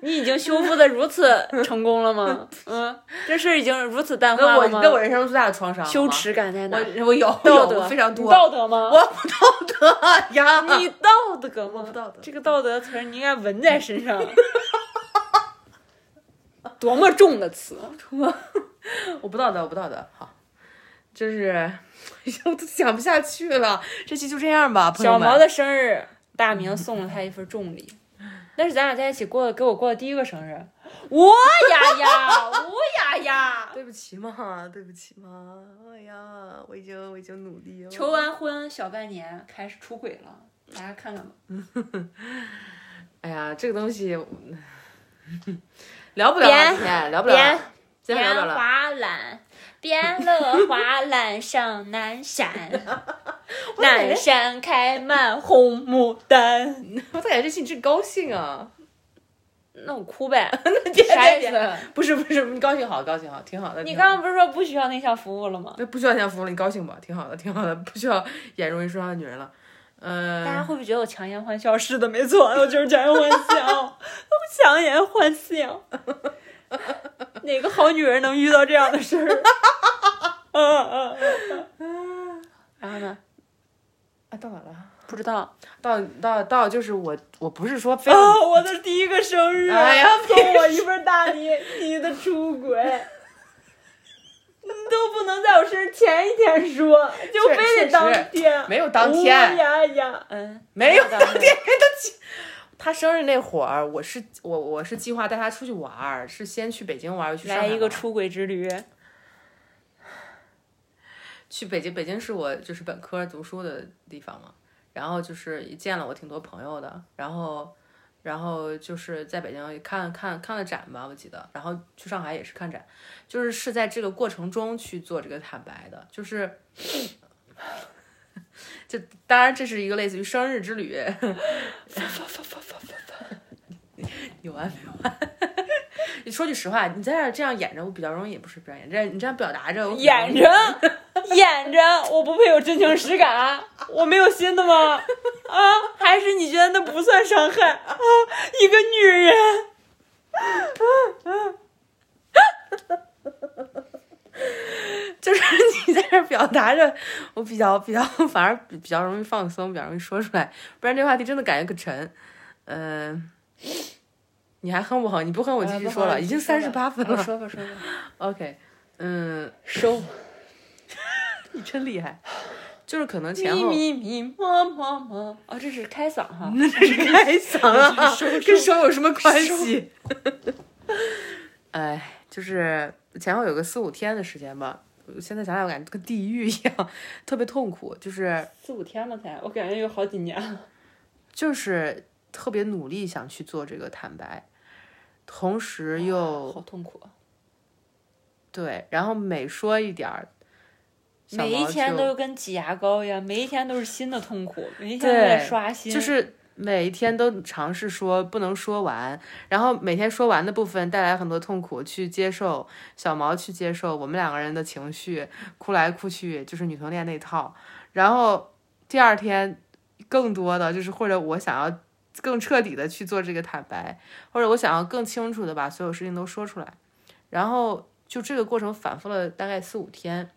你已经修复的如此成功了吗？嗯，这事儿已经如此淡化那我了吗？那我人生中最大的创伤，羞耻感在哪？我我有道有德非常多你，道德吗？我不道德哎呀，你道德吗？不道德这个啊道德词儿你应该纹在身 上，多么重的词！我不道德，我不道德，好，就是， 哎呀，我都讲不下去了，这期就这样吧，朋友小们毛的生日，大明送了他一份重礼，那是咱俩在一起过的，给我过的第一个生日。我呀 呀，我呀呀！对不起嘛，对不起嘛，哎呀，我已经我已经努力了，求完婚小半年，开始出轨了，大家看看吧。哎呀，这个东西 聊不了了，今天聊不了了，今天聊不了了，花篮，边乐花篮上南 山，南山开满红牡丹。我咋感觉这期你真高兴啊？那我哭呗， 啥别意思？别别，不是不是，你高兴好，高兴好，挺好的。你挺好的刚刚不是说不需要内向服务了吗？那不需要降服了，你高兴吧，挺好的，挺好的，不需要演容易受伤的女人了。嗯、大家会不会觉得我强颜欢笑？是的，没错，我就是强颜欢笑， 我强颜欢笑。 哪个好女人能遇到这样的事儿？ 嗯嗯嗯。然后呢？啊，到哪了？不知道。到到到，就是我，我不是说非啊、要，我的第一个生日，啊哎呀送我一份大 礼，你的出轨，你都不能在我生日前一天说，就确非确得实当天。没有当天我呀呀，嗯，没有当当天， 他生日那会儿，我是我我是计划带他出去玩儿，是先去北京玩儿，又去上海来一个玩儿出轨之旅，去北京，北京是我就是本科读书的地方嘛，然后就是也见了我挺多朋友的，然后然后就是在北京看看看了展吧，我记得，然后去上海也是看展，就是是在这个过程中去做这个坦白的，就是。 就当然，这是一个类似于生日之旅， 有完没完？ 你说句实话，你在这儿这样演着，我比较容易也不是表演，这样你这样表达着，我比较容易演 着演着，我不配有真情实感，啊我没有心的吗？啊，还是你觉得那不算伤害啊？一个女人，就是 你在这儿表达着，我比较比较反而比比较容易放松，比较容易说出来，不然这话题真的感觉可沉。嗯、你还哼不哼？你呃不哼我继续说了，已经三十八分 了。说吧 说吧， OK，嗯，收。 你真厉害，就是可能前咪后嗯咪咪么么么，啊，这是开嗓哈。开嗓啊，跟手有什么关系？ 哎，就是前后有个四五天的时间吧，现在想想我感觉跟地狱一样，特别痛苦，就是。 四五天了才，我感觉有好几年了。就是特别努力想去做这个坦白，同时又好痛苦啊，对，然后每说一点儿，小每一毛天就都跟挤牙膏一样，每一天都是新的痛苦，每一天都在对刷新。就是每一天都尝试说不能说完，然后每天说完的部分带来很多痛苦，去接受小毛去接受我们两个人的情绪，哭来哭去就是女同恋那套，然后第二天更多的就是或者我想要。更彻底的去做这个坦白，或者我想要更清楚的把所有事情都说出来。然后就这个过程反复了大概四五天，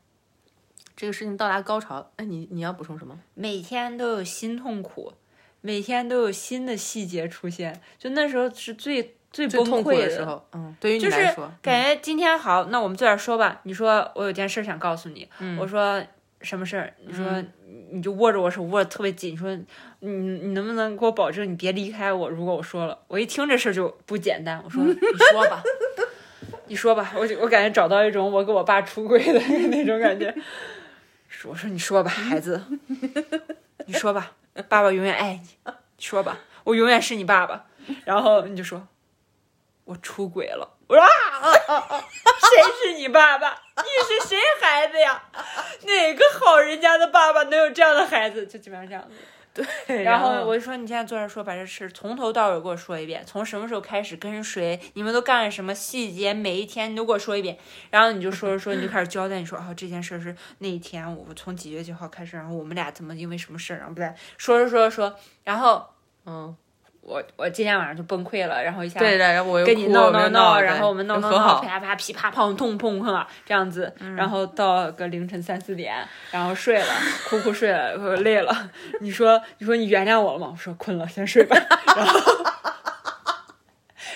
这个事情到达高潮。哎，你你要补充什么？每天都有新痛苦，每天都有新的细节出现，就那时候是最最最崩痛苦溃时候，嗯，对于你就是来说，感觉今天好，那我们坐这儿说吧。你说我有件事儿想告诉你，嗯我说什么事儿？你说、嗯你就握着我手握得特别紧，你说你你能不能给我保证你别离开我？如果我说了，我一听这事儿就不简单。我 说你说吧，你说吧，我就我感觉找到一种我给我爸出轨的那种感觉。是我说你说吧，孩子，你说吧，爸爸永远爱你，你说吧，我永远是你爸爸。然后你就说。我出轨了，我说啊，谁是你爸爸？你是谁孩子 呀？哪个好人家的爸爸能有这样的孩子？就基本上这样子。对然后我就说，你现在坐这儿说，把这事儿从头到尾给我说一遍，从什么时候开始跟谁，你们都干了什么细节，每一天你都给我说一遍。然后你就说着说，你就开始交代，你说哦，这件事儿是那一天，我从几月几号开始，然后我们俩怎么因为什么事儿，然后不对，说着说着说，然后嗯，我我今天晚上就崩溃了，然后一下对的，然后我又跟你哭闹我没闹有闹，闹，然后我们闹闹和闹，好，啪啪噼啪砰痛砰砰啊，这样子，然后到个凌晨三四点，然后睡了，哭哭睡了，我累了。你说你说你原谅我了吗？我说困了，先睡吧。然后。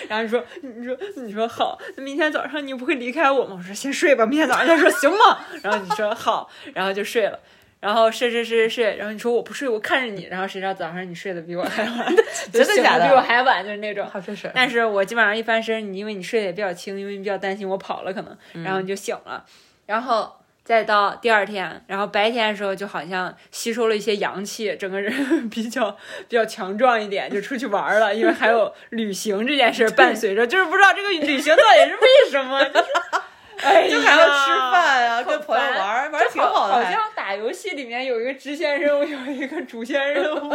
然后你说，你说，你说好，那明天早上你不会离开我吗？我说先睡吧，明天早上再说行吗？然后你说好，然后就睡了，然后睡睡睡睡睡，然后你说我不睡，我看着你，然后谁知道早上你睡得比我还 晚，就真的醒假得的比我还晚， 就是那种。好这事儿，但是我基本上一翻身，你因为你睡得也比较轻，因为你比较担心我跑了可能，然后你就醒了，然后再到第二天，然后白天的时候就好像吸收了一些阳气，整个人 比较比较强壮一点，就出去玩了，因为还有旅行这件事儿伴随着，就是不知道这个旅行到底是为什么， 就是哎，就还要吃饭啊，好跟朋友烦玩儿玩儿这挺好的好还，像打游戏里面有一个支线任务，有一个主线任务，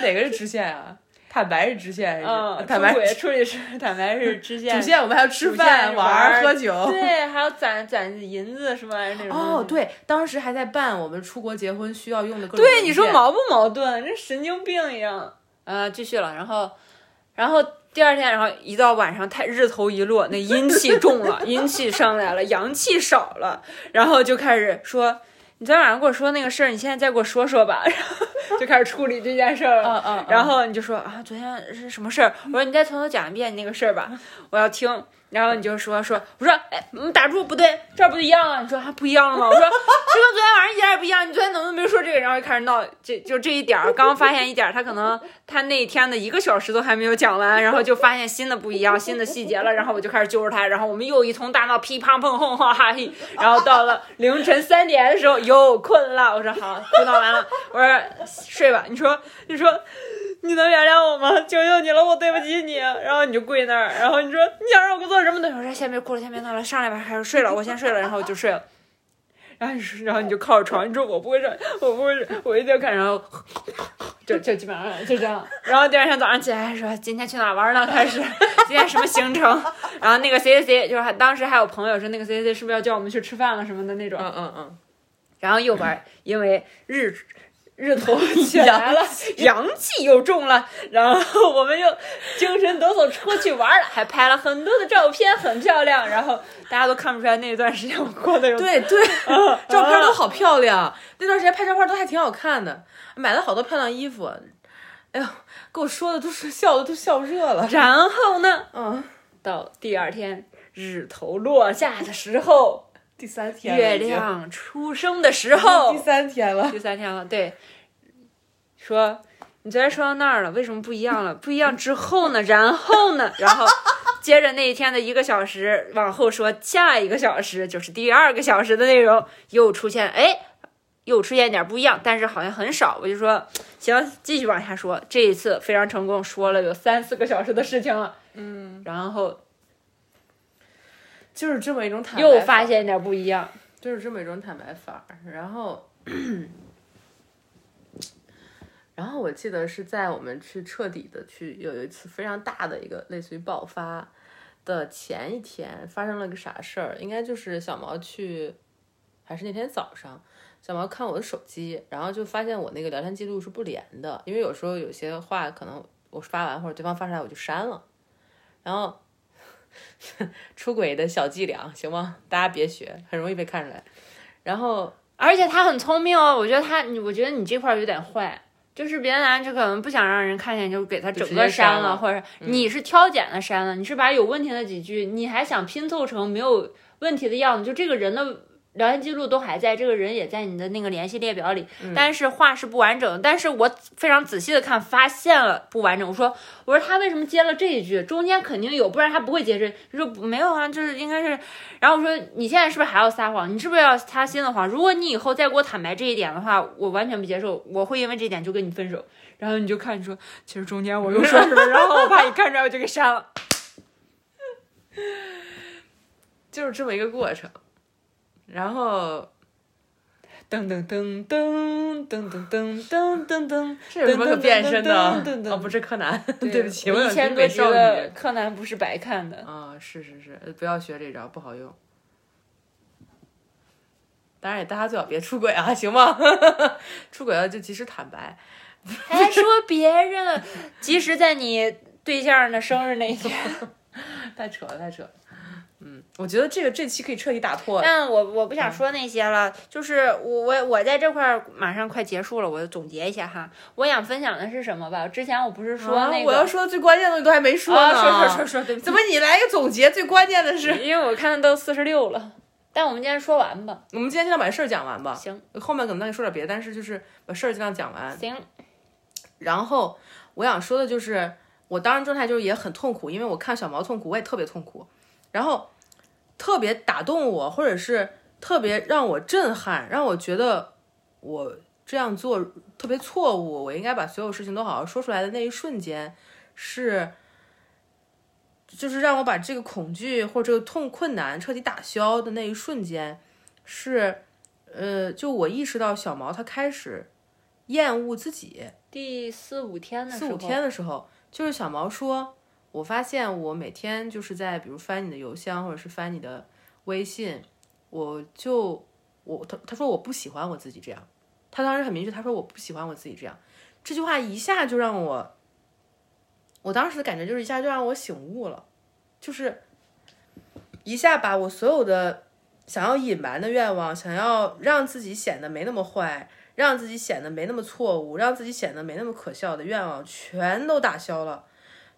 哪个是支线啊？坦白是支线， 嗯，坦白出轨处理是坦白是支线主线我们还要吃主线饭、是玩玩儿、儿喝酒。对，还有攒攒银子什么玩意儿那种。哦，，对，当时还在办我们出国结婚需要用的各种对，你文说件矛不矛盾？这神经病一样。呃，继续了，然后，然后第二天，然后一到晚上，太日头一落，那阴气重了，阴气上来了，阳气少了，然后就开始说。你昨天晚上跟我说那个事儿，你现在再给我说说吧，然后就开始处理这件事儿了。嗯嗯，然后后你就说啊，昨天是什么事儿？我说你再从头讲一遍你那个事儿吧，我要听。然后你就说说，我说哎，嗯打住，不对，这儿不一样啊。你说还不一样了吗？我说 这跟昨天晚上一点儿也不一样。你昨天怎么没说这个？然后就开始闹，这就这一点儿，刚发现一点儿，他可能他那一天的一个小时都还没有讲完，然后就发现新的不一样，新的细节了。然后我就开始揪着他，然后我们又一通大闹，噼啪碰轰哈哈嘿。然后到了凌晨三点的时候，又困了。我说好，哭闹完了，我说睡吧。你说你说你能原谅我吗？求求你了，我对不起你。啊然后你就跪那儿，然后你说你想让我做什么的？我说先别哭了，先别闹了，上来吧，还是睡了，我先睡了，然后我就睡了。然后你说，然后你就靠着床，你说我不会睡，我不会睡，我一定要看，然后就就基本上就这样。然后第二天早上起来说今天去哪玩呢？开始今天什么行程？然后那个谁谁谁，就是还当时还有朋友说那个谁谁谁是不是要叫我们去吃饭了什么的那种。嗯嗯嗯，然后又玩儿，因为日日 头起来了，阳气又重了，然后我们又精神抖擞出去玩儿了，还拍了很多的照片，很漂亮。然后大家都看不出来那一段时间我过 得有对对，照片都好漂亮，那段时间拍照片都还挺好看的，买了好多漂亮衣服，哎呦，给我说的都是笑的都笑热了，然后呢，嗯，到第二天日头落下的时候，第三天了月已经亮出生的时已经候第，三天了，第三天了，对，说你昨天说到那儿了，为什么不一样了？不一样之后呢？然后呢？然后接着那一天的一个小时往后说，下一个小时就是第二个小时的内容又出现，哎，又出现点不一样，但是好像很少。我就说行，继续往下说。这一次非常成功，说了有三四个小时的事情了，嗯，然后就是这么一种坦白法，又发现点不一样，就是这么一种坦白法儿。然后，然后我记得是在我们去彻底的去有一次非常大的一个类似于爆发的前一天，发生了个啥事儿？应该就是小毛去，还是那天早上。小毛看我的手机，然后就发现我那个聊天记录是不连的，因为有时候有些话可能我发完或者对方发出来我就删了，然后出轨的小伎俩行吗？大家别学，很容易被看出来。然后而且他很聪明哦，我觉得他，你我觉得你这块儿有点坏，就是别拿这可能不想让人看见，就给他整直个接删删了嗯或者你是挑拣的删了，你是把有问题的几句，你还想拼凑成没有问题的样子，就这个人的。聊天记录都还在，这个人也在你的那个联系列表里，嗯但是话是不完整的。但是我非常仔细的看，发现了不完整。我说，我说他为什么接了这一句？中间肯定有，不然他不会接这。他说没有啊，就是应该是然后我说你现在是不是还要撒谎？你是不是要撒新的谎？如果你以后再给我坦白这一点的话，我完全不接受，我会因为这一点就跟你分手。 然后你就看你说，其实中 间我又 说什么，然后我怕你看出来，我就给删了。就是这么一个过程。然后噔噔噔噔噔噔噔噔噔噔，这有什么可变身的？噔噔噔噔噔噔哦，不是柯南，对不起，我有一千听多美集少的女。柯南不是白看的。啊，是是是，呃不要学这招，不好用。当然也，大家最好别出轨啊，行吗？ 出轨了就及时坦白。还说别人，即使在你对象的生日那一天，太扯了，太扯了。嗯，我觉得这个这期可以彻底打破。但我我不嗯想说那些了，就是我我我在这块儿马上快结束了，我总结一下哈，我想分享的是什么吧？之前我不是说啊那个，我要说的最关键的东西都还没说呢。啊说说说说，对不起怎么你来一个总结？最关键的是，因为我看的都四十六了。但我们今天说完吧，我们今天尽量把事儿讲完吧。行后面可能再说点别的，但是就是把事儿尽量讲完。行，然后我想说的就是，我当时状态就是也很痛苦，因为我看小毛痛苦，我也特别痛苦。然后特别打动我，或者是特别让我震撼，让我觉得我这样做特别错误，我应该把所有事情都好好说出来的那一瞬间，是就是让我把这个恐惧或者这个痛困难彻底打消的那一瞬间，是呃，就我意识到小毛他开始厌恶自己，第四五天的时四候，五天的时候，就是小毛说，我发现我每天就是在比如翻你的邮箱或者是翻你的微信，我就我他他说我不喜欢我自己这样，他当时很明确，他说我不喜欢我自己这样，这句话一下就让我，我当时的感觉就是一下就让我醒悟了，就是一下把我所有的想要隐瞒的愿望，想要让自己显得没那么坏，让自己显得没那么错误，让自己显得没那么可笑的愿望全都打消了。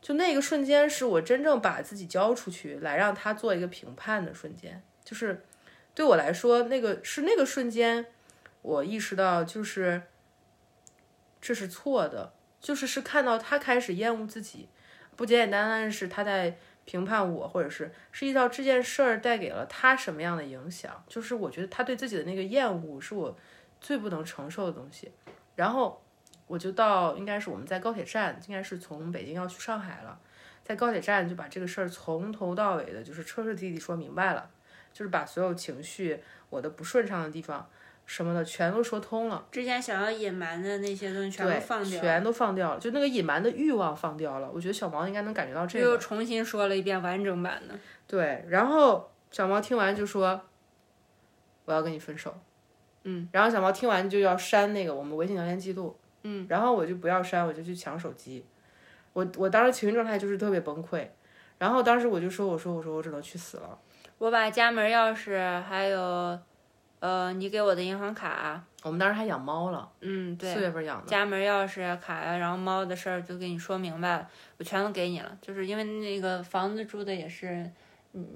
就那个瞬间，是我真正把自己交出去，来让他做一个评判的瞬间。就是对我来说，那个是那个瞬间，我意识到就是这是错的，就是是看到他开始厌恶自己，不简简单单地是他在评判我，或者是是意识到这件事儿带给了他什么样的影响。就是我觉得他对自己的那个厌恶，是我最不能承受的东西。然后我就到，应该是我们在高铁站，应该是从北京要去上海了，在高铁站就把这个事儿从头到尾的，就是彻彻底底说明白了，就是把所有情绪、我的不顺畅的地方什么的全都说通了。之前想要隐瞒的那些东西全对，部放掉，全都放掉了，就那个隐瞒的欲望放掉了。我觉得小毛应该能感觉到这又个。重新说了一遍完整版的。对，然后小毛听完就说：“我要跟你分手。”嗯，然后小毛听完就要删那个我们微信聊天记录。嗯，然后我就不要删，我就去抢手机。我我当时情绪状态就是特别崩溃，然后当时我就说：“我说我说我只能去死了。”我把家门钥匙还有，呃，你给我的银行卡，我们当时还养猫了，嗯，对，四月份养的。家门钥匙、卡呀，然后猫的事儿就给你说明白了，我全都给你了。就是因为那个房子住的也是，嗯，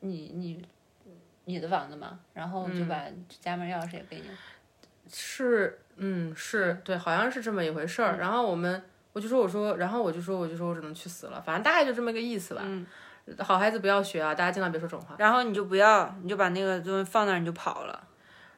你你你的房子嘛，然后我就把家门钥匙也给你了。是，嗯，是对，好像是这么一回事嗯儿。然后我们，我就说，我说，然后我就说，我就说我只能去死了，反正大概就这么个意思吧。嗯好孩子不要学啊，大家尽量别说这种话。然后你就不要，你就把那个东西放那儿，你就跑了。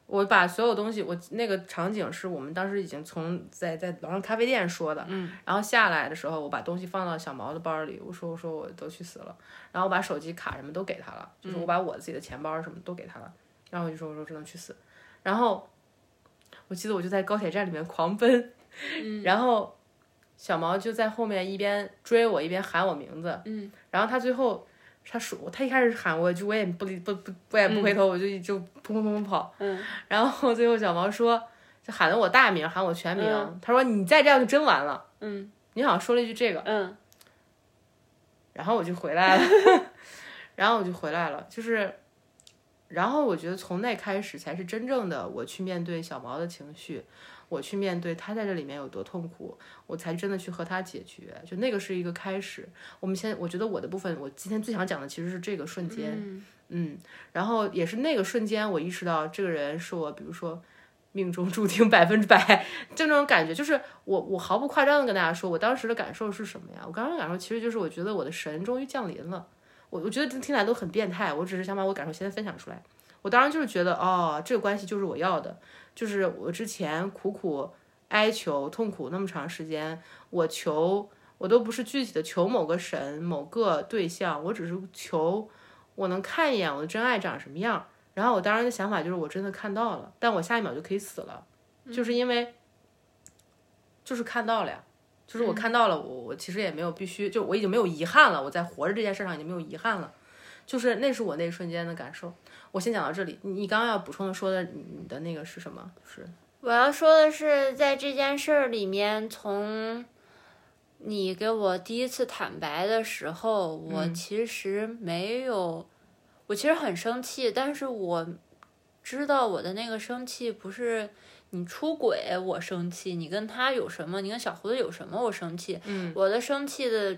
我把所有东西，我那个场景是我们当时已经从在在楼上咖啡店说的，嗯，然后下来的时候，我把东西放到小毛的包里，我说我说我都去死了，然后我把手机卡什么都给他了，就是我把我自己的钱包什么都给他了，然后我就说我说只能去死，然后我记得我就在高铁站里面狂奔，然后小毛就在后面一边追我一边喊我名字，嗯，然后他最后。他数他一开始喊我，就我也不理不不我也不回头，我就就砰砰砰砰跑，然后最后小毛说，就喊了我大名，喊我全名。他说你再这样就真完了。嗯，你好像说了一句这个，嗯然后我就回来了， 然后我就回来了，就是，然后我觉得从那开始才是真正的我去面对小毛的情绪，我去面对他在这里面有多痛苦，我才真的去和他解决，就那个是一个开始。我们先，我觉得我的部分，我今天最想讲的其实是这个瞬间，嗯然后也是那个瞬间，我意识到这个人是我，比如说。命中注定百分之百，就那种感觉，就是我我毫不夸张的跟大家说，我当时的感受是什么呀？我当时的感受其实就是我觉得我的神终于降临了。我我觉得听起来都很变态，我只是想把我感受先分享出来。我当时就是觉得，哦，这个关系就是我要的，就是我之前苦苦哀求、痛苦那么长时间，我求我都不是具体的求某个神、某个对象，我只是求我能看一眼我的真爱长什么样。然后我当时的想法就是，我真的看到了，但我下一秒就可以死了，嗯就是因为就是看到了呀，就嗯是我看到了，我我其实也没有必须，就我已经没有遗憾了，我在活着这件事上已经没有遗憾了，就是那是我那一瞬间的感受。我先讲到这里，你你刚刚要补充的说的你你的那个是什么？是我要说的是，在这件事儿里面，从你给我第一次坦白的时候，我其实没有，我其实很生气，但是我知道我的那个生气不是你出轨我生气，你跟他有什么，你跟小胡子有什么我生气，嗯，我的生气的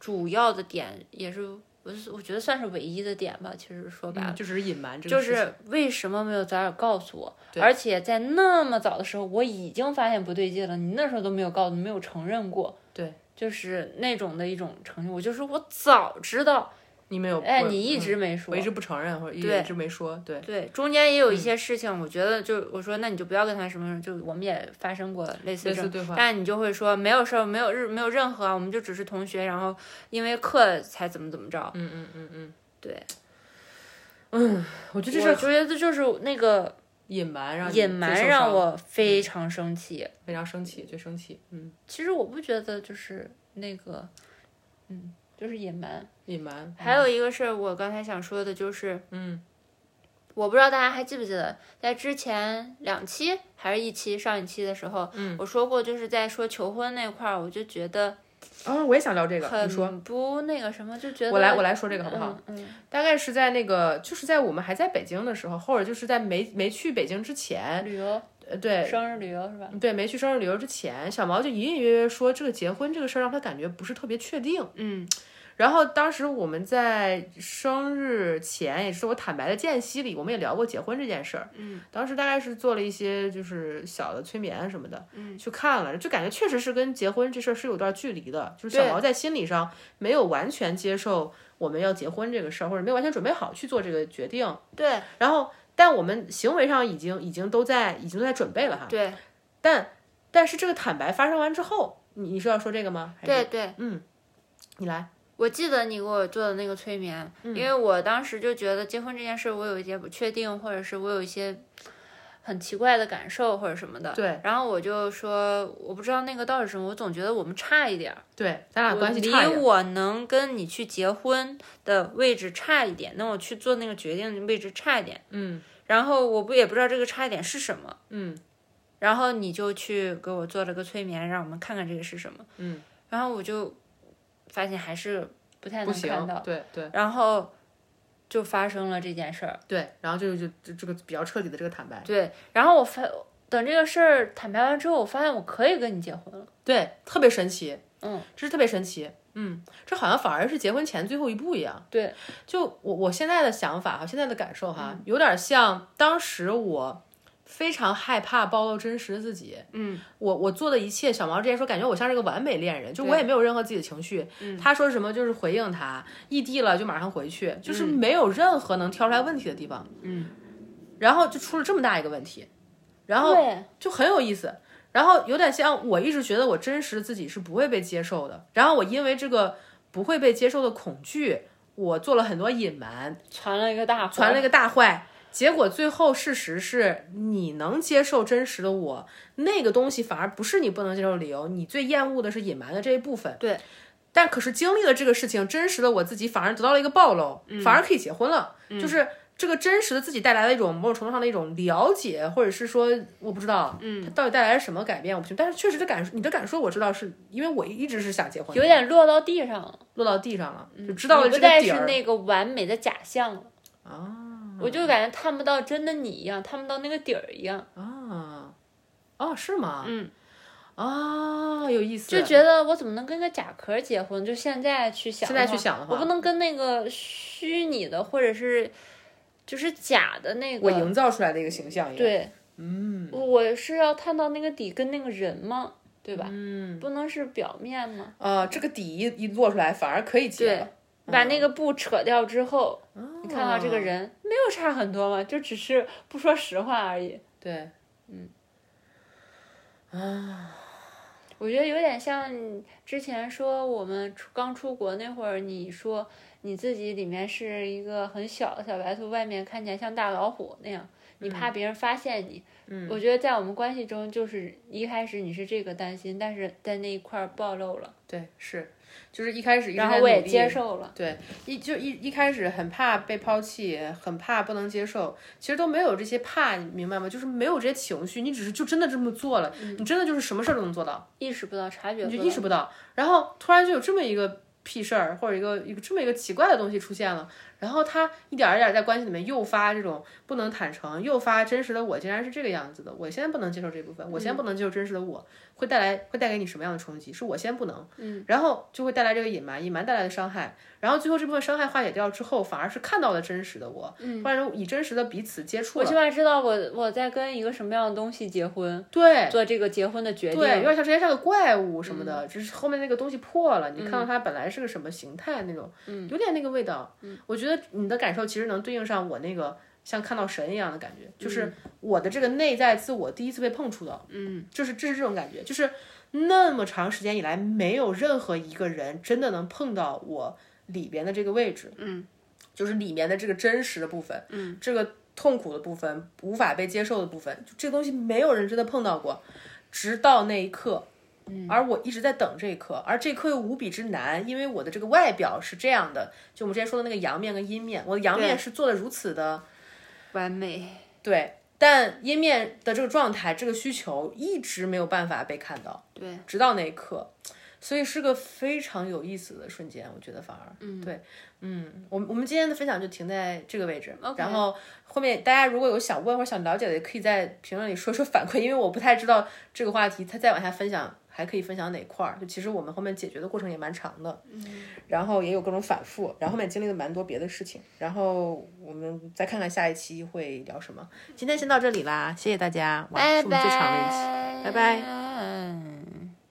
主要的点也是，我是我觉得算是唯一的点吧，其实说白了。就只是隐瞒这就个事情，是为什么没有早点告诉我？而且在那么早的时候，我已经发现不对劲了，你那时候都没有告诉，没有承认过，对，就是那种的一种承认。我就说我早知道，你没有哎，我你一直嗯没说我一。直不承认或者一直没说，对对，中间也有一些事情，我觉得就我说，那你就不要跟他什么，就我们也发生过类似这类种似对话，但你就会说没有事儿，没有日没有任何啊，我们就只是同学，然后因为课才怎么怎么着，嗯嗯嗯嗯，对，我觉得我这是觉得就是那个隐瞒让你隐最瞒受让伤嗯我非常生气，非常生气，最生气，嗯，其实我不觉得就是那个，嗯，就是隐瞒。隐瞒，还有一个是我刚才想说的，就是嗯我不知道大家还记不记得，在之前两期还是一期上一期的时候，嗯我说过，就是在说求婚那块儿，我就觉得啊，我也想聊这个，你说。哎很不那个什么，就觉得我来，我来说这个好不好？嗯嗯大概是在那个，就是在我们还在北京的时候，或者就是在没没去北京之前，旅游呃，对，生日旅游是吧？对，没去生日旅游之前，小毛就隐隐约约说这个结婚这个事儿让他感觉不是特别确定。嗯，然后当时我们在生日前，也是我坦白的间隙里，我们也聊过结婚这件事儿。嗯，当时大概是做了一些就是小的催眠什么的，嗯，去看了，就感觉确实是跟结婚这事儿是有段距离的，就是小毛在心理上没有完全接受我们要结婚这个事儿，或者没有完全准备好去做这个决定。对然后，但我们行为上已经已经都在已经都在准备了哈。对但但是这个坦白发生完之后，你你是要说这个吗？还对，是对，你来。我记得你给我做的那个催眠，嗯因为我当时就觉得结婚这件事我有一些不确定，或者是我有一些很奇怪的感受或者什么的。对然后我就说我不知道那个到底是什么，我总觉得我们差一点儿，对，咱俩我啊关系差一离点。我能跟你去结婚的位置差一点，那我去做那个决定的位置差一点。嗯然后我不也不知道这个差一点是什么，嗯然后你就去给我做了个催眠，让我们看看这个是什么。嗯，然后我就发现还是不太不能行看到。。对对然后就发生了这件事儿。对，然后就就就这个比较彻底的这个坦白，对，然后我发等这个事儿坦白完之后，我发现我可以跟你结婚了。对，特别神奇。嗯，这是特别神奇。嗯，这好像反而是结婚前最后一步一样。对，就我我现在的想法哈，现在的感受哈，有点像当时我非常害怕暴露真实的自己。嗯，我我做的一切，小毛之前说，感觉我像是个完美恋人，就我也没有任何自己的情绪。他说什么就是回应他，异地了就马上回去，就是没有任何能挑出来问题的地方。嗯，然后就出了这么大一个问题，然后对，就很有意思。然后有点像我一直觉得我真实的自己是不会被接受的，然后我因为这个不会被接受的恐惧，我做了很多隐瞒，传了一个大传了一个个大坏。结果最后事实是你能接受真实的我，那个东西反而不是你不能接受的理由，你最厌恶的是隐瞒的这一部分。对。但嗯可是经历了这个事情，真实的我自己反而得到了一个暴露，反而可以结婚了，就是。这个真实的自己带来的一种某种程度上的一种了解，或者是说我不知道，嗯，它到底带来了什么改变，我不清楚。但是确实这感受，你的感受我知道是，因为我一直是想结婚的，有点落到地上了，落到地上了，就知知道了不这个再底是儿。那个完美的假象了。啊我就感觉探不到真的你一样，探不到那个底儿一样，啊哦，是吗？嗯，啊，有意思，就觉得我怎么能跟个假壳结婚？就现在去想现的话，在去想的话我不能跟那个虚拟的或者是就是假的那个，我营造出来的一个形象一样，对，嗯我是要探到那个底，跟那个人嘛，对吧？嗯不能是表面嘛，啊，这个底一一落出来，反而可以结对了。啊把那个布扯掉之后，你你看到这个哦人没有差很多嘛，就只是不说实话而已。对，我觉得有点像你之前说我们出刚出国那会儿，你说你自己里面是一个很小的小白兔，外面看起来像大老虎那嗯样，你怕别人发现你。嗯，我觉得在我们关系中，就是一开始你是这个担心，但是在那一块儿暴露了，对，是，就是一开始一直然后在我也努力接受了。对，一就一一开始很怕被抛弃，很怕不能接受，其实都没有这些怕，你明白吗？就是没有这些情绪，你只是就真的这么做了，嗯你真的就是什么事儿都能做到，意识不到，察觉你不就到，意识不到，然后突然就有这么一个屁事儿，或者一个一个这么一个奇怪的东西出现了，然后他一点儿一点儿在关系里面诱发这种不能坦诚，诱发真实的我竟然是这个样子的，我现在不能接受这部分，我现在不能接受真实的我，会带来会带给你什么样的冲击？是我先不能，嗯，然后就会带来这个隐瞒，隐瞒带来的伤害，然后最后这部分伤害化解掉之后，反而是看到了真实的我，嗯，或者以真实的彼此接触我了，起码知道我我在跟一个什么样的东西结婚，对，做这个结婚的决定。对，有点像之前像个怪物什么的，只是后面那个东西破了，你看到它本来是个什么形态那种，有点那个味道。我觉得你的感受其实能对应上我那个像看到神一样的感觉，就是我的这个内在自我第一次被碰触到，嗯，就是这是这种感觉，就是那么长时间以来没有任何一个人真的能碰到我里边的这个位置，嗯，就是里面的这个真实的部分，嗯，这个。痛苦的部分，无法被接受的部分，就这个东西没有人真的碰到过，直到那一刻。而我一直在等这一刻，而这一刻又无比之难，因为我的这个外表是这样的，就我们之前说的那个阳面跟阴面，我的阳面是做的如此的完美。对，但阴面的这个状态，这个需求一直没有办法被看到，对，直到那一刻，所以是个非常有意思的瞬间，我觉得反而，嗯，对，嗯，我们我们今天的分享就停在这个位置 OK 然后后面大家如果有想问或者想了解的，也可以在评论里说说反馈，因为我不太知道这个话题它再往下分享。还可以分享哪块儿？就其实我们后面解决的过程也蛮长的，嗯，然后也有各种反复，然后后面经历了蛮多别的事情，然后我们再看看下一期会聊什么。今天先到这里啦，谢谢大家，哇，是我们最长的一期，拜拜。拜。嗯